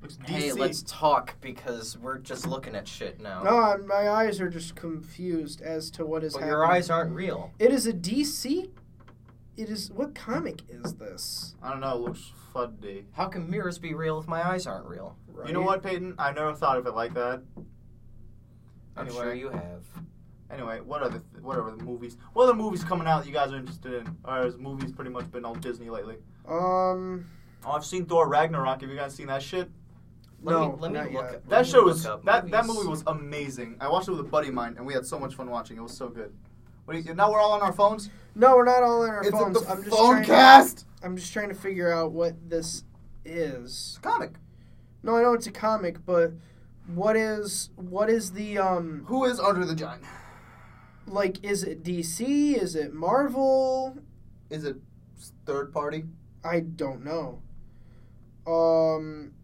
Speaker 3: Looks DC.
Speaker 2: Hey, let's talk because we're just looking at shit now.
Speaker 1: No, I'm- my eyes are just confused as to what is
Speaker 2: but
Speaker 1: happening.
Speaker 2: your eyes aren't real.
Speaker 1: It is a DC. It is what comic is this?
Speaker 3: I don't know, it looks fuddy.
Speaker 2: How can mirrors be real if my eyes aren't real?
Speaker 1: Right?
Speaker 3: You know what, Peyton? I never thought of it like that.
Speaker 2: I'm
Speaker 3: Anyway.
Speaker 2: sure you have.
Speaker 3: Anyway, what other th- what are the movies? What other movies coming out that you guys are interested in? Or has movies pretty much been all Disney lately?
Speaker 1: Um,
Speaker 3: Oh, I've seen Thor Ragnarok. Have you guys seen that shit?
Speaker 2: Let
Speaker 1: no,
Speaker 2: me, let me
Speaker 1: not
Speaker 2: look
Speaker 1: yet.
Speaker 2: up-
Speaker 3: That
Speaker 2: let me
Speaker 3: show
Speaker 2: look
Speaker 3: was
Speaker 2: up
Speaker 3: that, that
Speaker 2: movies.
Speaker 3: movie was amazing. I watched it with a buddy of mine, and we had so much fun watching. It was so good. What do you, now we're all on our phones.
Speaker 1: No, we're not all in our
Speaker 3: It's
Speaker 1: phones.
Speaker 3: a, the
Speaker 1: I'm just
Speaker 3: phone
Speaker 1: trying
Speaker 3: cast.
Speaker 1: I'm just trying to figure out what this is.
Speaker 3: It's a comic.
Speaker 1: No, I know it's a comic, but what is what is the um
Speaker 3: Who is Under the Giant?
Speaker 1: like is it DC? Is it Marvel?
Speaker 3: Is it third party?
Speaker 1: I don't know. Um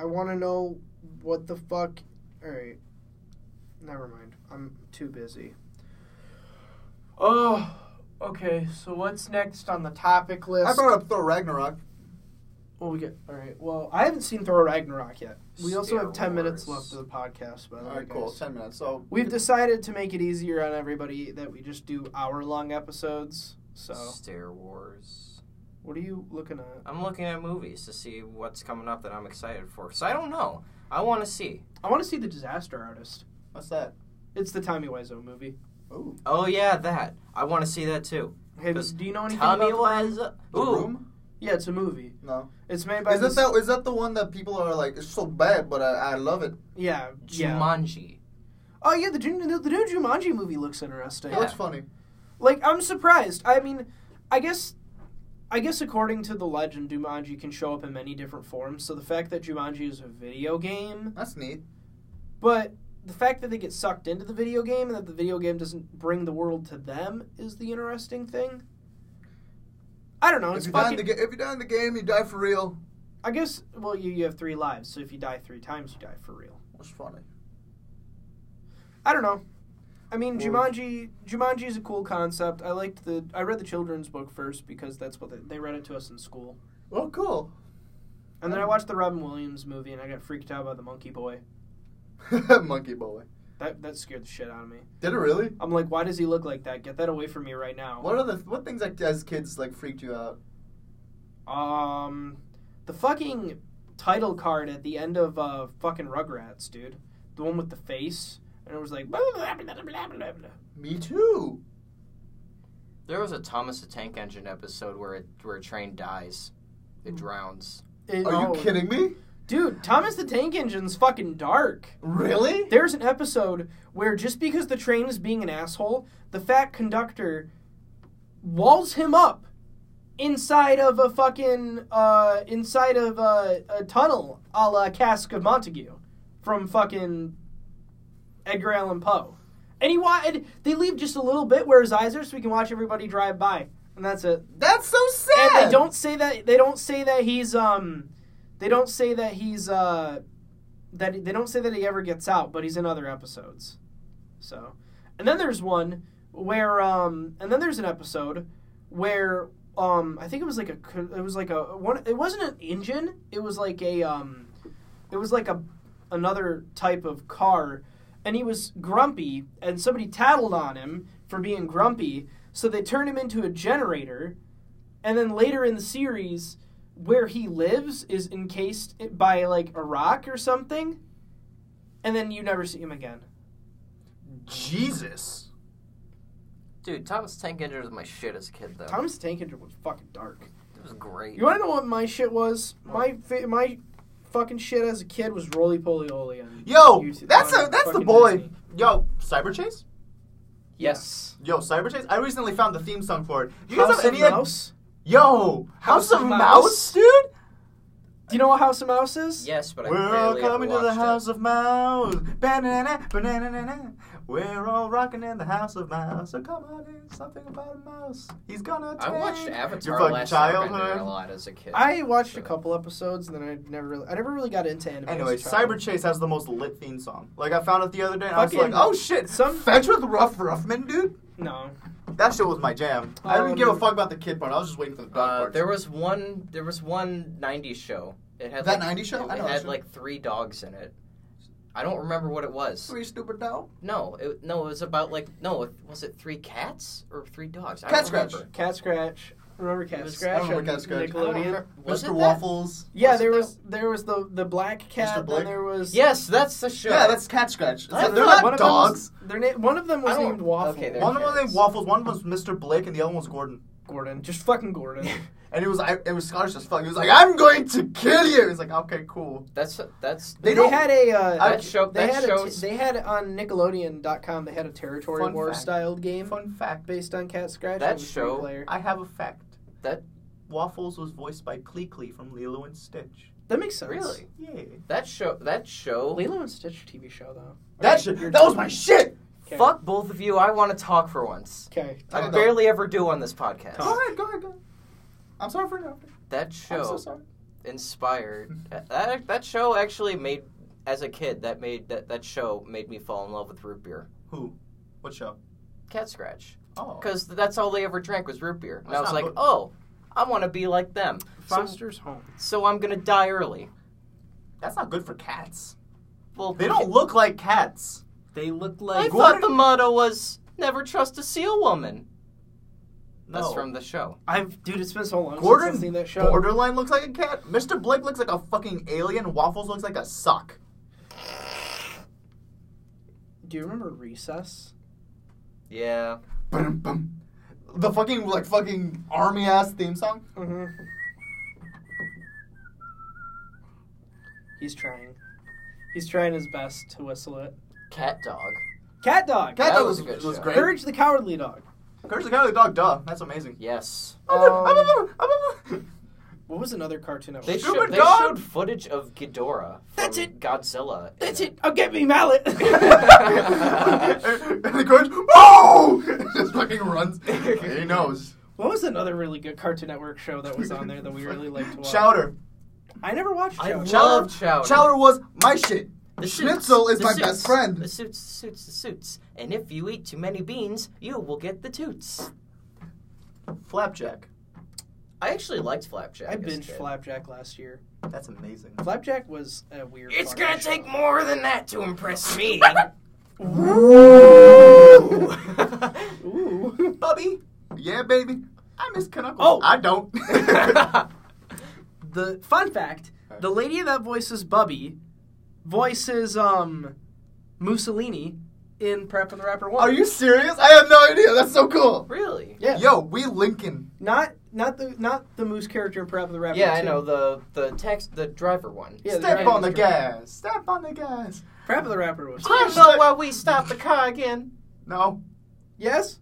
Speaker 1: I want to know what the fuck All right. Never mind. I'm too busy. Oh, okay. So what's next on the topic list?
Speaker 3: I brought up Thor Ragnarok.
Speaker 1: Well, we get all right. Well, I haven't seen Thor Ragnarok yet. We also have ten
Speaker 2: Steroids.
Speaker 1: minutes left of the podcast. By the
Speaker 3: All
Speaker 1: way,
Speaker 3: right, cool.
Speaker 1: guys.
Speaker 3: Ten minutes. So
Speaker 1: We've decided to make it easier on everybody that we just do hour-long episodes. So,
Speaker 2: Star Wars.
Speaker 1: what are you looking at?
Speaker 2: I'm looking at movies to see what's coming up that I'm excited for. So I don't know. I want to see.
Speaker 1: I want to see the Disaster Artist.
Speaker 3: what's that?
Speaker 1: It's the Tommy Wiseau movie.
Speaker 3: Ooh,
Speaker 2: Oh yeah, that. I want to see that too.
Speaker 1: Hey,
Speaker 2: Does
Speaker 1: do you know anything
Speaker 2: Tommy
Speaker 1: about?
Speaker 2: was.
Speaker 3: the
Speaker 2: Ooh.
Speaker 3: room?
Speaker 1: Yeah, it's a movie.
Speaker 3: No.
Speaker 1: It's made by.
Speaker 3: Is that,
Speaker 1: this-
Speaker 3: that is that the one that people are like? It's so bad, but I, I love it.
Speaker 1: Yeah, yeah.
Speaker 2: Jumanji.
Speaker 1: Oh yeah, the, Jun- the the new Jumanji movie looks interesting.
Speaker 3: It looks funny.
Speaker 1: Like I'm surprised. I mean, I guess I guess according to the legend, Jumanji can show up in many different forms. So the fact that Jumanji is a video game,
Speaker 3: That's neat.
Speaker 1: but the fact that they get sucked into the video game and that the video game doesn't bring the world to them is the interesting thing. I don't know.
Speaker 3: If
Speaker 1: It's
Speaker 3: you, die in
Speaker 1: fucking.
Speaker 3: the ga- if you die in the game, you die for real.
Speaker 1: I guess. Well, you you have three lives, so if you die three times, you die for real.
Speaker 3: That's funny.
Speaker 1: I don't know. I mean,
Speaker 3: Well-
Speaker 1: Jumanji. Jumanji is a cool concept. I liked the. I read the children's book first because that's what they, they read it to us in school.
Speaker 3: Oh, cool. *laughs*
Speaker 1: And then
Speaker 3: Um,
Speaker 1: I watched the Robin Williams movie and I got freaked out by the monkey boy.
Speaker 3: Monkey boy.
Speaker 1: That that scared the shit out of me.
Speaker 3: Did it really?
Speaker 1: I'm like, why does he look like that? Get that away from me right now.
Speaker 3: What are the what things like as kids like freaked you out?
Speaker 1: Um, the fucking title card at the end of uh fucking Rugrats, dude. The one with the face and it was like blah, blah, blah, blah, blah, blah, blah.
Speaker 3: Me too.
Speaker 2: There was a Thomas the Tank Engine episode where it, where a train dies.
Speaker 1: Hmm.
Speaker 2: It drowns.
Speaker 1: It-
Speaker 3: Are
Speaker 1: oh,
Speaker 3: you kidding me?
Speaker 1: Dude, Thomas the Tank Engine's fucking dark.
Speaker 3: Really?
Speaker 1: There's an episode where just because the train is being an asshole, the fat conductor walls him up inside of a fucking uh, inside of a, a tunnel, a la Cask of Montague from fucking Edgar Allan Poe. And he wa- and they leave just a little bit where his eyes are, so we can watch everybody drive by, and that's it.
Speaker 3: That's so sad.
Speaker 1: And they don't say that they don't say that he's um they don't say that he's uh that they don't say that he ever gets out, but he's in other episodes. So, and then there's one where um and then there's an episode where um I think it was like a c- it was like a one it wasn't an engine, it was like a um it was like a another type of car and he was grumpy and somebody tattled on him for being grumpy, so they turned him into a generator and then later in the series where he lives is encased by like a rock or something and then you never see him again
Speaker 3: Jesus.
Speaker 2: Dude, Thomas the Tank Engine was my shit as a kid
Speaker 3: Oh.
Speaker 2: though.
Speaker 1: thomas the tank engine was fucking dark
Speaker 2: it was great.
Speaker 1: you want to know what my shit was my fa- my fucking shit as a kid was roly poly oly on
Speaker 3: Yo,
Speaker 1: YouTube-
Speaker 3: that's
Speaker 1: on
Speaker 3: a that's the
Speaker 1: fucking
Speaker 3: boy.
Speaker 1: Disney.
Speaker 3: Yo, Cyber Chase.
Speaker 2: yes.
Speaker 3: Yo, Cyber Chase. I recently found the theme song for it. You guys
Speaker 1: house
Speaker 3: have
Speaker 1: of
Speaker 3: any? id-
Speaker 1: mouse
Speaker 3: Yo, House,
Speaker 1: House
Speaker 3: of,
Speaker 1: of
Speaker 3: Mouse,
Speaker 1: Mouse?
Speaker 3: dude.
Speaker 1: do you know what house of mouse is
Speaker 2: Yes, but I
Speaker 3: We're all
Speaker 2: barely ever
Speaker 3: coming to the
Speaker 2: watched it.
Speaker 3: House of Mouse. Banana, banana, banana. We're all rocking in the house of mouse. So come on in, something about a mouse. He's gonna.
Speaker 2: I
Speaker 3: take
Speaker 2: watched
Speaker 3: your
Speaker 2: Avatar
Speaker 3: fucking
Speaker 2: last Airbender a lot as a kid.
Speaker 1: I watched a
Speaker 2: Really?
Speaker 1: couple episodes and then I never really, I never really got into anime. as a
Speaker 3: Anyway,
Speaker 1: child.
Speaker 3: Cyber Chase has the most lit theme song. Like I found it the other day, and I was like,
Speaker 1: Fucking-
Speaker 3: "Oh shit,
Speaker 1: some-
Speaker 2: *laughs*
Speaker 3: some fetch with Rough Ruffman, dude."
Speaker 1: No,
Speaker 3: That shit was my jam. I
Speaker 1: Um,
Speaker 3: didn't give a fuck about the kid part. I was just waiting for the dog
Speaker 2: Uh,
Speaker 3: part.
Speaker 2: there was one. There was one '90s show. It had
Speaker 3: That
Speaker 2: like,
Speaker 3: 90s show?
Speaker 2: It,
Speaker 3: I know
Speaker 2: it
Speaker 3: that
Speaker 2: had
Speaker 3: show.
Speaker 2: like three dogs in it. I don't remember what it was.
Speaker 3: three stupid dog.
Speaker 2: No, it, no, it was about like no. It, was it three cats or three dogs? I
Speaker 3: Cat
Speaker 2: don't
Speaker 3: scratch.
Speaker 2: remember.
Speaker 1: Cat Scratch. Remember Cat
Speaker 2: was-
Speaker 1: Scratch?
Speaker 3: I remember
Speaker 1: on
Speaker 3: Cat Scratch. I don't
Speaker 1: Nickelodeon.
Speaker 3: remember.
Speaker 2: Was it
Speaker 3: Mr.
Speaker 2: that?
Speaker 3: Waffles.
Speaker 1: Yeah,
Speaker 2: Was it
Speaker 1: there
Speaker 2: that-
Speaker 1: was there was the the black cat. Then
Speaker 3: Blake?
Speaker 1: there was
Speaker 2: Yes, that's the show.
Speaker 3: Yeah, that's Cat Scratch.
Speaker 1: Yeah,
Speaker 3: they're
Speaker 1: one
Speaker 3: not
Speaker 1: of them was-
Speaker 3: dogs.
Speaker 1: Their na- one of them
Speaker 2: I
Speaker 1: was
Speaker 2: don't-
Speaker 1: named Waffle.
Speaker 2: okay, they're-
Speaker 3: One of them was
Speaker 2: cats.
Speaker 3: named Waffles. One was Mr. Blake, and the other one was Gordon.
Speaker 1: Gordon, just fucking Gordon.
Speaker 3: And it was I, it was Scottish as fuck. He was like, "I'm going to kill you." He's like, "Okay, cool."
Speaker 2: that's that's
Speaker 3: They don't-
Speaker 1: had a uh,
Speaker 3: I-
Speaker 1: they-
Speaker 2: that show.
Speaker 1: They
Speaker 2: That
Speaker 1: had, a t-
Speaker 2: shows.
Speaker 1: they had on Nickelodeon.com. They had a territory
Speaker 3: Fun
Speaker 1: war
Speaker 3: fact.
Speaker 1: styled game
Speaker 3: Fun fact:
Speaker 1: based on Cat Scratch.
Speaker 2: That
Speaker 1: It was three
Speaker 2: show-
Speaker 1: player.
Speaker 3: I have a fact.
Speaker 2: That-
Speaker 3: Waffles was voiced by Cleekley from Lilo and Stitch.
Speaker 1: That makes sense.
Speaker 2: Really?
Speaker 3: Yeah.
Speaker 2: That show. That show.
Speaker 1: Lilo and Stitch TV show though.
Speaker 3: That shit. That was my shit.
Speaker 1: Okay.
Speaker 2: Fuck both of you. I want to talk for once.
Speaker 1: Okay.
Speaker 3: I
Speaker 2: I
Speaker 3: don't
Speaker 2: barely ever do on this podcast.
Speaker 1: Talk.
Speaker 3: ahead. Go ahead. Go ahead. I'm sorry for interrupting.
Speaker 2: That show inspired. That that show actually made as a kid. That made that that show made me fall in love with root beer.
Speaker 3: Who? What show?
Speaker 2: Cat scratch.
Speaker 3: Oh.
Speaker 2: Because that's all they ever drank was root beer. And I was
Speaker 3: That's not
Speaker 2: like,
Speaker 3: bu-
Speaker 2: oh, I want to be like them. So,
Speaker 1: Foster's Home.
Speaker 2: so I'm gonna die early.
Speaker 3: That's not good for cats.
Speaker 2: Well,
Speaker 3: They don't look like cats.
Speaker 2: They look like. I
Speaker 3: Gordon-
Speaker 2: thought the motto was never trust a seal woman.
Speaker 3: No.
Speaker 2: That's from the show.
Speaker 1: I've dude, it's been so long since I've
Speaker 3: Gordon
Speaker 1: seen that show.
Speaker 3: borderline looks like a cat. Mr. Blake looks like a fucking alien. Waffles looks like a sock.
Speaker 1: Do you remember Recess?
Speaker 2: Yeah.
Speaker 3: Bum, bum. The fucking like fucking army ass theme song.
Speaker 1: Mm-hmm. He's trying. He's trying his best to whistle it.
Speaker 2: Cat dog.
Speaker 1: Cat dog.
Speaker 3: Cat
Speaker 2: That
Speaker 3: Dog
Speaker 2: was
Speaker 3: was,
Speaker 2: a good
Speaker 3: was
Speaker 2: show.
Speaker 3: great. Courage,
Speaker 1: Courage the Cowardly Dog.
Speaker 3: the Cowardly Dog. Duh, that's amazing. Um,
Speaker 2: Yes. Um,
Speaker 1: What was another cartoon that
Speaker 2: They,
Speaker 1: was?
Speaker 2: sho-
Speaker 3: Stupid
Speaker 2: they
Speaker 3: dog!
Speaker 2: showed footage of Ghidorah. From
Speaker 1: That's it.
Speaker 2: Godzilla. in
Speaker 1: That's
Speaker 2: it.
Speaker 1: it. Oh, get me *laughs* mallet.
Speaker 3: *laughs* and the courage, whoa! *laughs* Just fucking runs. he knows.
Speaker 1: what was another really good Cartoon Network show that was on there that we really liked to watch?
Speaker 3: Chowder.
Speaker 1: I never watched.
Speaker 2: I
Speaker 1: Chowder.
Speaker 2: love Chowder.
Speaker 3: Chowder was my shit.
Speaker 2: The suits,
Speaker 3: Schnitzel is
Speaker 2: the
Speaker 3: my
Speaker 2: suits,
Speaker 3: best friend.
Speaker 2: The suits, the suits, the suits. And if you eat too many beans, you will get the toots.
Speaker 3: Flapjack.
Speaker 2: I actually liked Flapjack.
Speaker 1: I
Speaker 2: as a
Speaker 1: binged
Speaker 2: kid.
Speaker 1: Flapjack last year.
Speaker 3: That's amazing.
Speaker 1: Flapjack was a weird.
Speaker 2: It's
Speaker 1: fucking
Speaker 2: gonna take
Speaker 1: show.
Speaker 2: more than that to impress me.
Speaker 1: Ooh.
Speaker 3: Bubby. Yeah, baby. I miss Knuckles.
Speaker 1: Oh.
Speaker 3: I don't. *laughs*
Speaker 1: the fun fact: the lady that voices Bubby voices um Mussolini in Prep of the Rapper One.
Speaker 3: Are you serious? I had no idea. That's so cool.
Speaker 2: *laughs* really?
Speaker 1: Yeah.
Speaker 3: Yo, we Lincoln.
Speaker 1: Not not the not the Moose character in Prep of the Rapper.
Speaker 2: Yeah, I
Speaker 1: 2.
Speaker 2: know the the text, the driver one.
Speaker 1: Yeah, the
Speaker 3: Step
Speaker 1: driver-
Speaker 3: on the gas. Step on the gas.
Speaker 1: Prep of the Rapper was.
Speaker 2: Do you know why we stopped the car again?
Speaker 3: No. *laughs*
Speaker 1: Yes.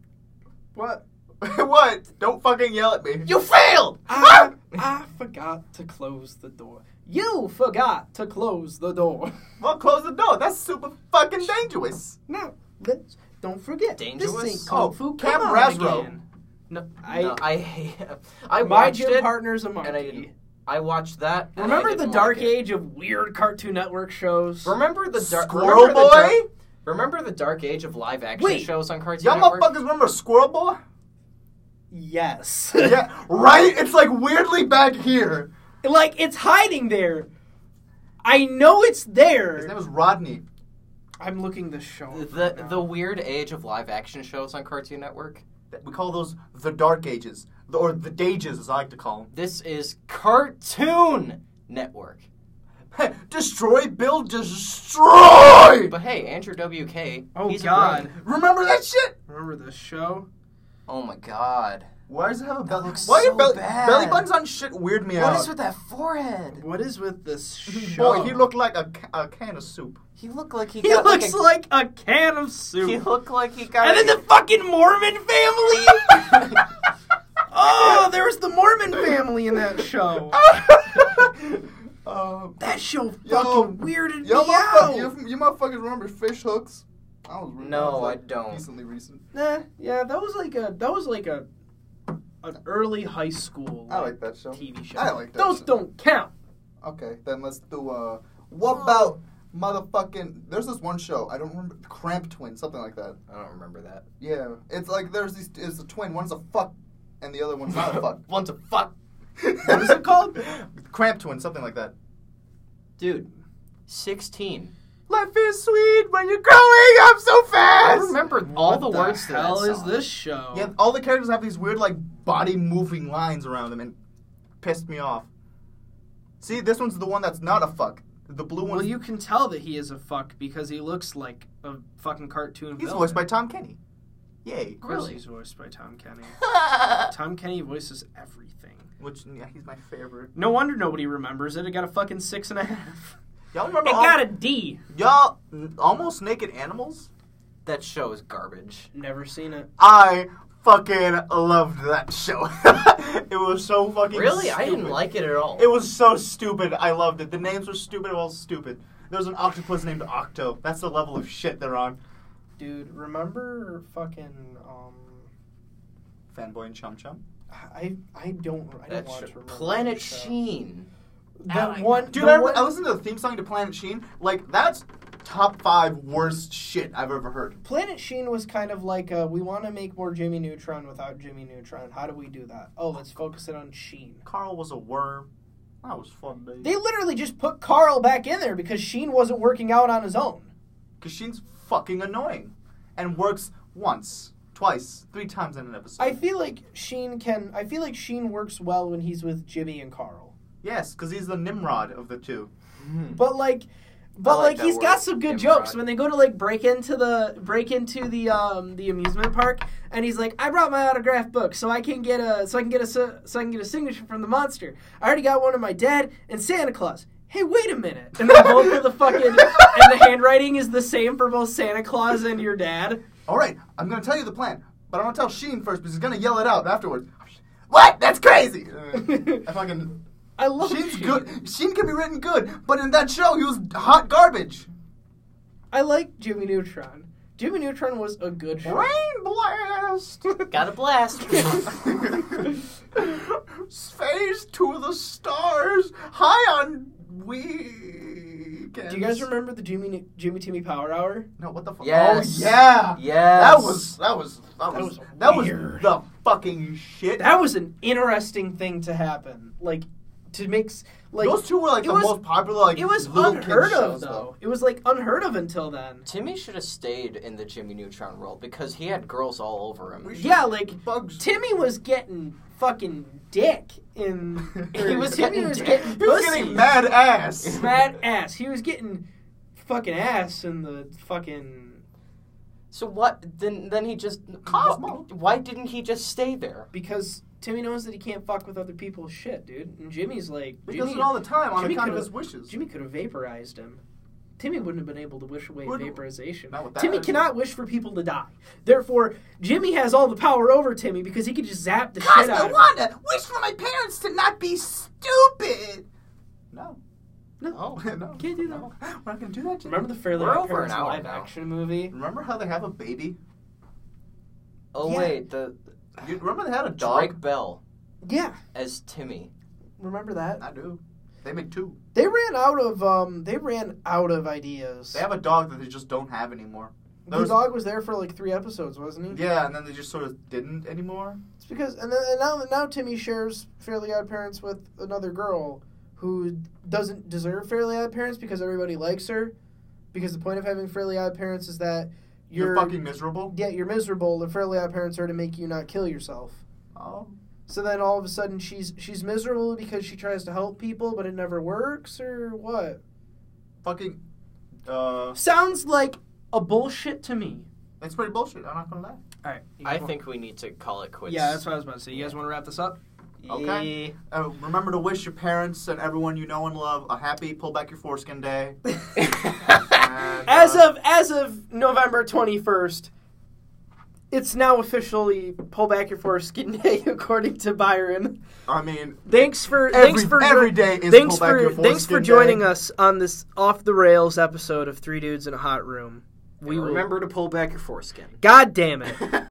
Speaker 1: What?
Speaker 3: what? Don't fucking yell at me.
Speaker 2: You failed.
Speaker 1: I, I forgot to close the door. You forgot to close the door. *laughs*
Speaker 3: Well, close the door. That's super fucking dangerous.
Speaker 1: Now, let's don't forget.
Speaker 2: Dangerous?
Speaker 1: This ain't Kung
Speaker 3: Oh,
Speaker 1: Fu
Speaker 3: Camp
Speaker 1: Come On
Speaker 3: Razro.
Speaker 1: again. No, I,
Speaker 2: I no, I *laughs* hate. I
Speaker 1: my
Speaker 2: watched
Speaker 1: gym
Speaker 2: it.
Speaker 1: partner's a monkey.
Speaker 2: and I didn't- I watched that. and I
Speaker 1: Remember the
Speaker 2: didn't
Speaker 1: dark
Speaker 2: like it.
Speaker 1: age of weird Cartoon Network shows?
Speaker 2: Remember the dark
Speaker 3: Squirrel
Speaker 2: remember the dark-
Speaker 3: Boy?
Speaker 2: remember the dark age of live action
Speaker 1: Wait.
Speaker 2: shows on Cartoon
Speaker 3: Y'all
Speaker 2: Network?
Speaker 3: motherfuckers remember Squirrel Boy?
Speaker 1: yes.
Speaker 3: yeah, right? It's like weirdly back here.
Speaker 1: *laughs* like it's hiding there. I know it's
Speaker 3: His name
Speaker 1: there.
Speaker 3: was Rodney.
Speaker 1: I'm looking this show. up
Speaker 2: The
Speaker 1: right
Speaker 3: Oh,
Speaker 1: now.
Speaker 2: the weird age of live action shows on Cartoon Network.
Speaker 3: We call those the Dark Ages, The- or the Dages, as I like to call
Speaker 2: This is Cartoon Network.
Speaker 3: them. destroy, build, destroy!
Speaker 2: But hey, Andrew WK.
Speaker 1: Oh
Speaker 2: he's a
Speaker 1: God!
Speaker 2: brain.
Speaker 3: Remember that shit?
Speaker 1: Remember this show?
Speaker 2: Oh my God.
Speaker 3: Why does it have a belly?
Speaker 2: looks
Speaker 3: Why
Speaker 2: so
Speaker 3: your belly,
Speaker 2: bad.
Speaker 3: belly buttons on shit weird me out?
Speaker 2: What is with that forehead?
Speaker 1: What is with this *laughs* show?
Speaker 3: Boy, he looked like a, ca- a can of soup.
Speaker 2: He looked like he,
Speaker 1: He
Speaker 2: got
Speaker 1: looks
Speaker 2: like
Speaker 1: like a can of
Speaker 2: a,
Speaker 1: soup.
Speaker 2: he looked like he got
Speaker 1: and then the fucking Mormon
Speaker 2: *laughs*
Speaker 1: family. *laughs* oh, there was the Mormon family in that *laughs* show. Oh,
Speaker 3: um,
Speaker 1: That show fucking
Speaker 3: Yo.
Speaker 1: weirded
Speaker 3: yo,
Speaker 1: me out.
Speaker 3: motherfucker, you, you motherfuckers remember fish hooks? I was re-
Speaker 2: No,
Speaker 3: I, was, like,
Speaker 2: I don't.
Speaker 3: Decently recent.
Speaker 1: Nah, yeah, that was like a that was like a an early high school
Speaker 3: I like that show.
Speaker 1: TV show.
Speaker 3: I like that
Speaker 1: Those
Speaker 3: show.
Speaker 1: don't count.
Speaker 3: Okay, then let's do uh what about motherfucking there's this one show, I don't remember Cramp Twin, something like that.
Speaker 2: I don't remember that.
Speaker 3: Yeah. It's like there's these it's a twin, one's a fuck and the other one's not a fuck.
Speaker 2: One's a
Speaker 3: *laughs*
Speaker 2: fuck,
Speaker 3: what
Speaker 1: is it called?
Speaker 3: Cramp Twin, something like that.
Speaker 2: dude. Sixteen.
Speaker 3: Life is sweet when you're growing up so
Speaker 2: I
Speaker 3: fast.
Speaker 2: remember all
Speaker 3: What
Speaker 2: the,
Speaker 3: the
Speaker 2: words to that
Speaker 1: Hell is
Speaker 2: song.
Speaker 1: this show?
Speaker 3: Yeah, all the characters have these weird like body moving lines around them and pissed me off. See, this one's the one that's not a fuck. The blue
Speaker 1: Well,
Speaker 3: one
Speaker 1: you can tell that he is a fuck because he looks like a fucking cartoon.
Speaker 3: he's
Speaker 1: villain.
Speaker 3: voiced by Tom Kenny. Yay.
Speaker 1: Of course
Speaker 2: Really?
Speaker 1: he's voiced by Tom
Speaker 3: *laughs*
Speaker 1: Kenny. Tom Kenny voices everything.
Speaker 3: Which yeah, he's my favorite.
Speaker 1: No wonder nobody remembers it. It got a fucking six and a
Speaker 2: *laughs*
Speaker 1: half.
Speaker 3: Y'all
Speaker 1: It
Speaker 3: remember all-
Speaker 1: got a D.
Speaker 3: Y'all, n- almost naked animals?
Speaker 2: That show is garbage.
Speaker 1: Never seen it.
Speaker 3: I fucking loved that show. *laughs* it was so fucking
Speaker 2: Really, I
Speaker 3: stupid.
Speaker 2: didn't like it at all.
Speaker 3: It was so stupid. I loved it. The names were stupid. It was stupid. There's an octopus named Octo. That's the level of shit they're on.
Speaker 1: Dude, remember fucking um
Speaker 3: Fanboy and Chum Chum.
Speaker 1: I I don't I
Speaker 2: that show. Planet Sheen.
Speaker 1: That
Speaker 2: Alec.
Speaker 1: one
Speaker 3: Dude,
Speaker 1: the
Speaker 3: I,
Speaker 1: one-
Speaker 3: I listened to the theme song to Planet Sheen. Like, that's top five worst shit I've ever heard.
Speaker 1: Planet Sheen was kind of like uh, we want to make more Jimmy Neutron without Jimmy Neutron. How do we do that? Oh, let's focus it on Sheen.
Speaker 3: Carl was a worm. That was fun,
Speaker 1: They literally just put Carl back in there because Sheen wasn't working out on his own.
Speaker 3: Because Sheen's fucking annoying. And works once, twice, three times in an episode.
Speaker 1: I feel like Sheen can. I feel like Sheen works well when he's with Jimmy and Carl.
Speaker 3: Yes, because he's the Nimrod of the two. Mm-hmm.
Speaker 1: But like, but
Speaker 2: I like
Speaker 1: like,
Speaker 2: that
Speaker 1: he's
Speaker 2: word,
Speaker 1: got some good
Speaker 2: Nimrod.
Speaker 1: jokes when they go to like break into the break into the um the amusement park, and he's like, I brought my autograph book so I can get a so I can get a si- so I can get a signature from the monster. I already got one of my dad and Santa Claus. Hey, wait a minute! And then both of the
Speaker 2: *laughs*
Speaker 1: fucking and the handwriting is the same for both Santa Claus and your dad.
Speaker 3: All right, I'm going to tell you the plan, but I'm going to tell Sheen first because he's going to yell it out afterwards. Oh, What?
Speaker 1: *laughs*
Speaker 3: That's crazy! I fucking.
Speaker 1: I love
Speaker 3: Sheen's
Speaker 1: Sheen.
Speaker 3: good. Sheen can be written good, but in that show, he was hot garbage.
Speaker 1: I like Jimmy Neutron. Jimmy Neutron was a good show.
Speaker 3: Brain
Speaker 1: *laughs*
Speaker 3: blast!
Speaker 2: Got a
Speaker 3: *laughs*
Speaker 2: blast.
Speaker 3: Oh, Space to the stars, high on weekends.
Speaker 1: Do you guys remember the Jimmy Jimmy Timmy Power Hour?
Speaker 3: No, what the fuck?
Speaker 2: Yes.
Speaker 3: Oh, yeah.
Speaker 2: Yes.
Speaker 3: That was that was that was
Speaker 1: was
Speaker 3: that was,
Speaker 1: weird.
Speaker 3: the fucking shit.
Speaker 1: That was an interesting thing to happen. Like to make s- like
Speaker 3: Those two were like
Speaker 1: it
Speaker 3: the
Speaker 1: was-
Speaker 3: most popular. Like
Speaker 1: it was
Speaker 3: little kid
Speaker 1: unheard of
Speaker 3: shows,
Speaker 1: though. It was like unheard of until then.
Speaker 2: Timmy should have stayed in the Jimmy Neutron world because he had girls all over him.
Speaker 3: We should-
Speaker 1: Yeah, like
Speaker 3: Bugs.
Speaker 1: Timmy was getting fucking dick in
Speaker 3: *laughs*
Speaker 2: He was
Speaker 1: Timmy
Speaker 2: getting
Speaker 1: was
Speaker 2: dick.
Speaker 1: getting
Speaker 3: he was
Speaker 1: pussy.
Speaker 3: getting mad ass.
Speaker 1: *laughs* Mad ass. He was getting fucking ass in the fucking
Speaker 2: So what? Then then he just
Speaker 3: Cosmo.
Speaker 2: wh- Why didn't he just stay there?
Speaker 1: because Timmy knows that he can't fuck with other people's shit, dude. And Jimmy's like
Speaker 3: He does
Speaker 1: Jimmy,
Speaker 3: it all the time on
Speaker 1: Jimmy
Speaker 3: account of
Speaker 1: could've-
Speaker 3: his wishes.
Speaker 1: Jimmy could have vaporized him. Timmy wouldn't have been able to wish away
Speaker 3: Wouldn't-
Speaker 1: vaporization.
Speaker 3: not with that.
Speaker 1: Timmy cannot wish for people to die. Therefore, Jimmy has all the power over Timmy because he could just zap the shit out of him.
Speaker 3: Wanda, wish for my parents to not be stupid. No. *laughs*
Speaker 2: Oh,
Speaker 3: no.
Speaker 1: Can't do that.
Speaker 3: No. We're not gonna do that. Jimmy.
Speaker 1: Remember the Fairly
Speaker 2: We're
Speaker 1: Odd
Speaker 2: over
Speaker 1: Parents
Speaker 2: an hour
Speaker 1: live
Speaker 2: now.
Speaker 1: action movie?
Speaker 3: Remember how they have a baby?
Speaker 2: oh
Speaker 1: Yeah.
Speaker 2: wait, the
Speaker 3: You remember they had a dog?
Speaker 2: Drake Bell
Speaker 1: Yeah,
Speaker 2: as Timmy.
Speaker 1: remember that.
Speaker 3: I do. They made two.
Speaker 1: They ran out of um they ran out of ideas.
Speaker 3: They have a dog that they just don't have anymore.
Speaker 1: the dog was there for like three episodes, wasn't he?
Speaker 3: Yeah, and then they just sort of didn't anymore.
Speaker 1: It's because and, then, and now now Timmy shares Fairly Odd Parents with another girl who doesn't deserve Fairly Odd Parents because everybody likes her. Because the point of having Fairly Odd Parents is that
Speaker 3: You're,
Speaker 1: you're,
Speaker 3: fucking miserable.
Speaker 1: yeah you're miserable. The Fairly Odd Parents are to make you not kill yourself.
Speaker 3: Oh,
Speaker 1: So then all of a sudden she's she's miserable because she tries to help people but it never works or what?
Speaker 3: fucking. Uh,
Speaker 1: Sounds like a bullshit to me.
Speaker 3: it's pretty bullshit. I'm not gonna lie.
Speaker 1: All right,
Speaker 2: I think we need to call it quits.
Speaker 1: yeah, that's what I was about to say. You guys want to wrap this up?
Speaker 3: Okay.
Speaker 2: Yeah.
Speaker 3: Uh, remember to wish your parents and everyone you know and love a happy pull back your foreskin
Speaker 1: *laughs*
Speaker 3: day. And,
Speaker 1: as
Speaker 3: uh,
Speaker 1: of as of November twenty first, it's now officially pull back your foreskin *laughs* day, according to Byron.
Speaker 3: I mean,
Speaker 1: Thanks for
Speaker 3: Every-
Speaker 1: thanks for
Speaker 3: every day is
Speaker 1: thanks
Speaker 3: pull back
Speaker 1: for
Speaker 3: your
Speaker 1: thanks for
Speaker 3: foreskin
Speaker 1: joining
Speaker 3: day.
Speaker 1: us on this off the rails episode of Three Dudes in a Hot Room. We will-
Speaker 2: remember to pull back your foreskin.
Speaker 1: God damn it.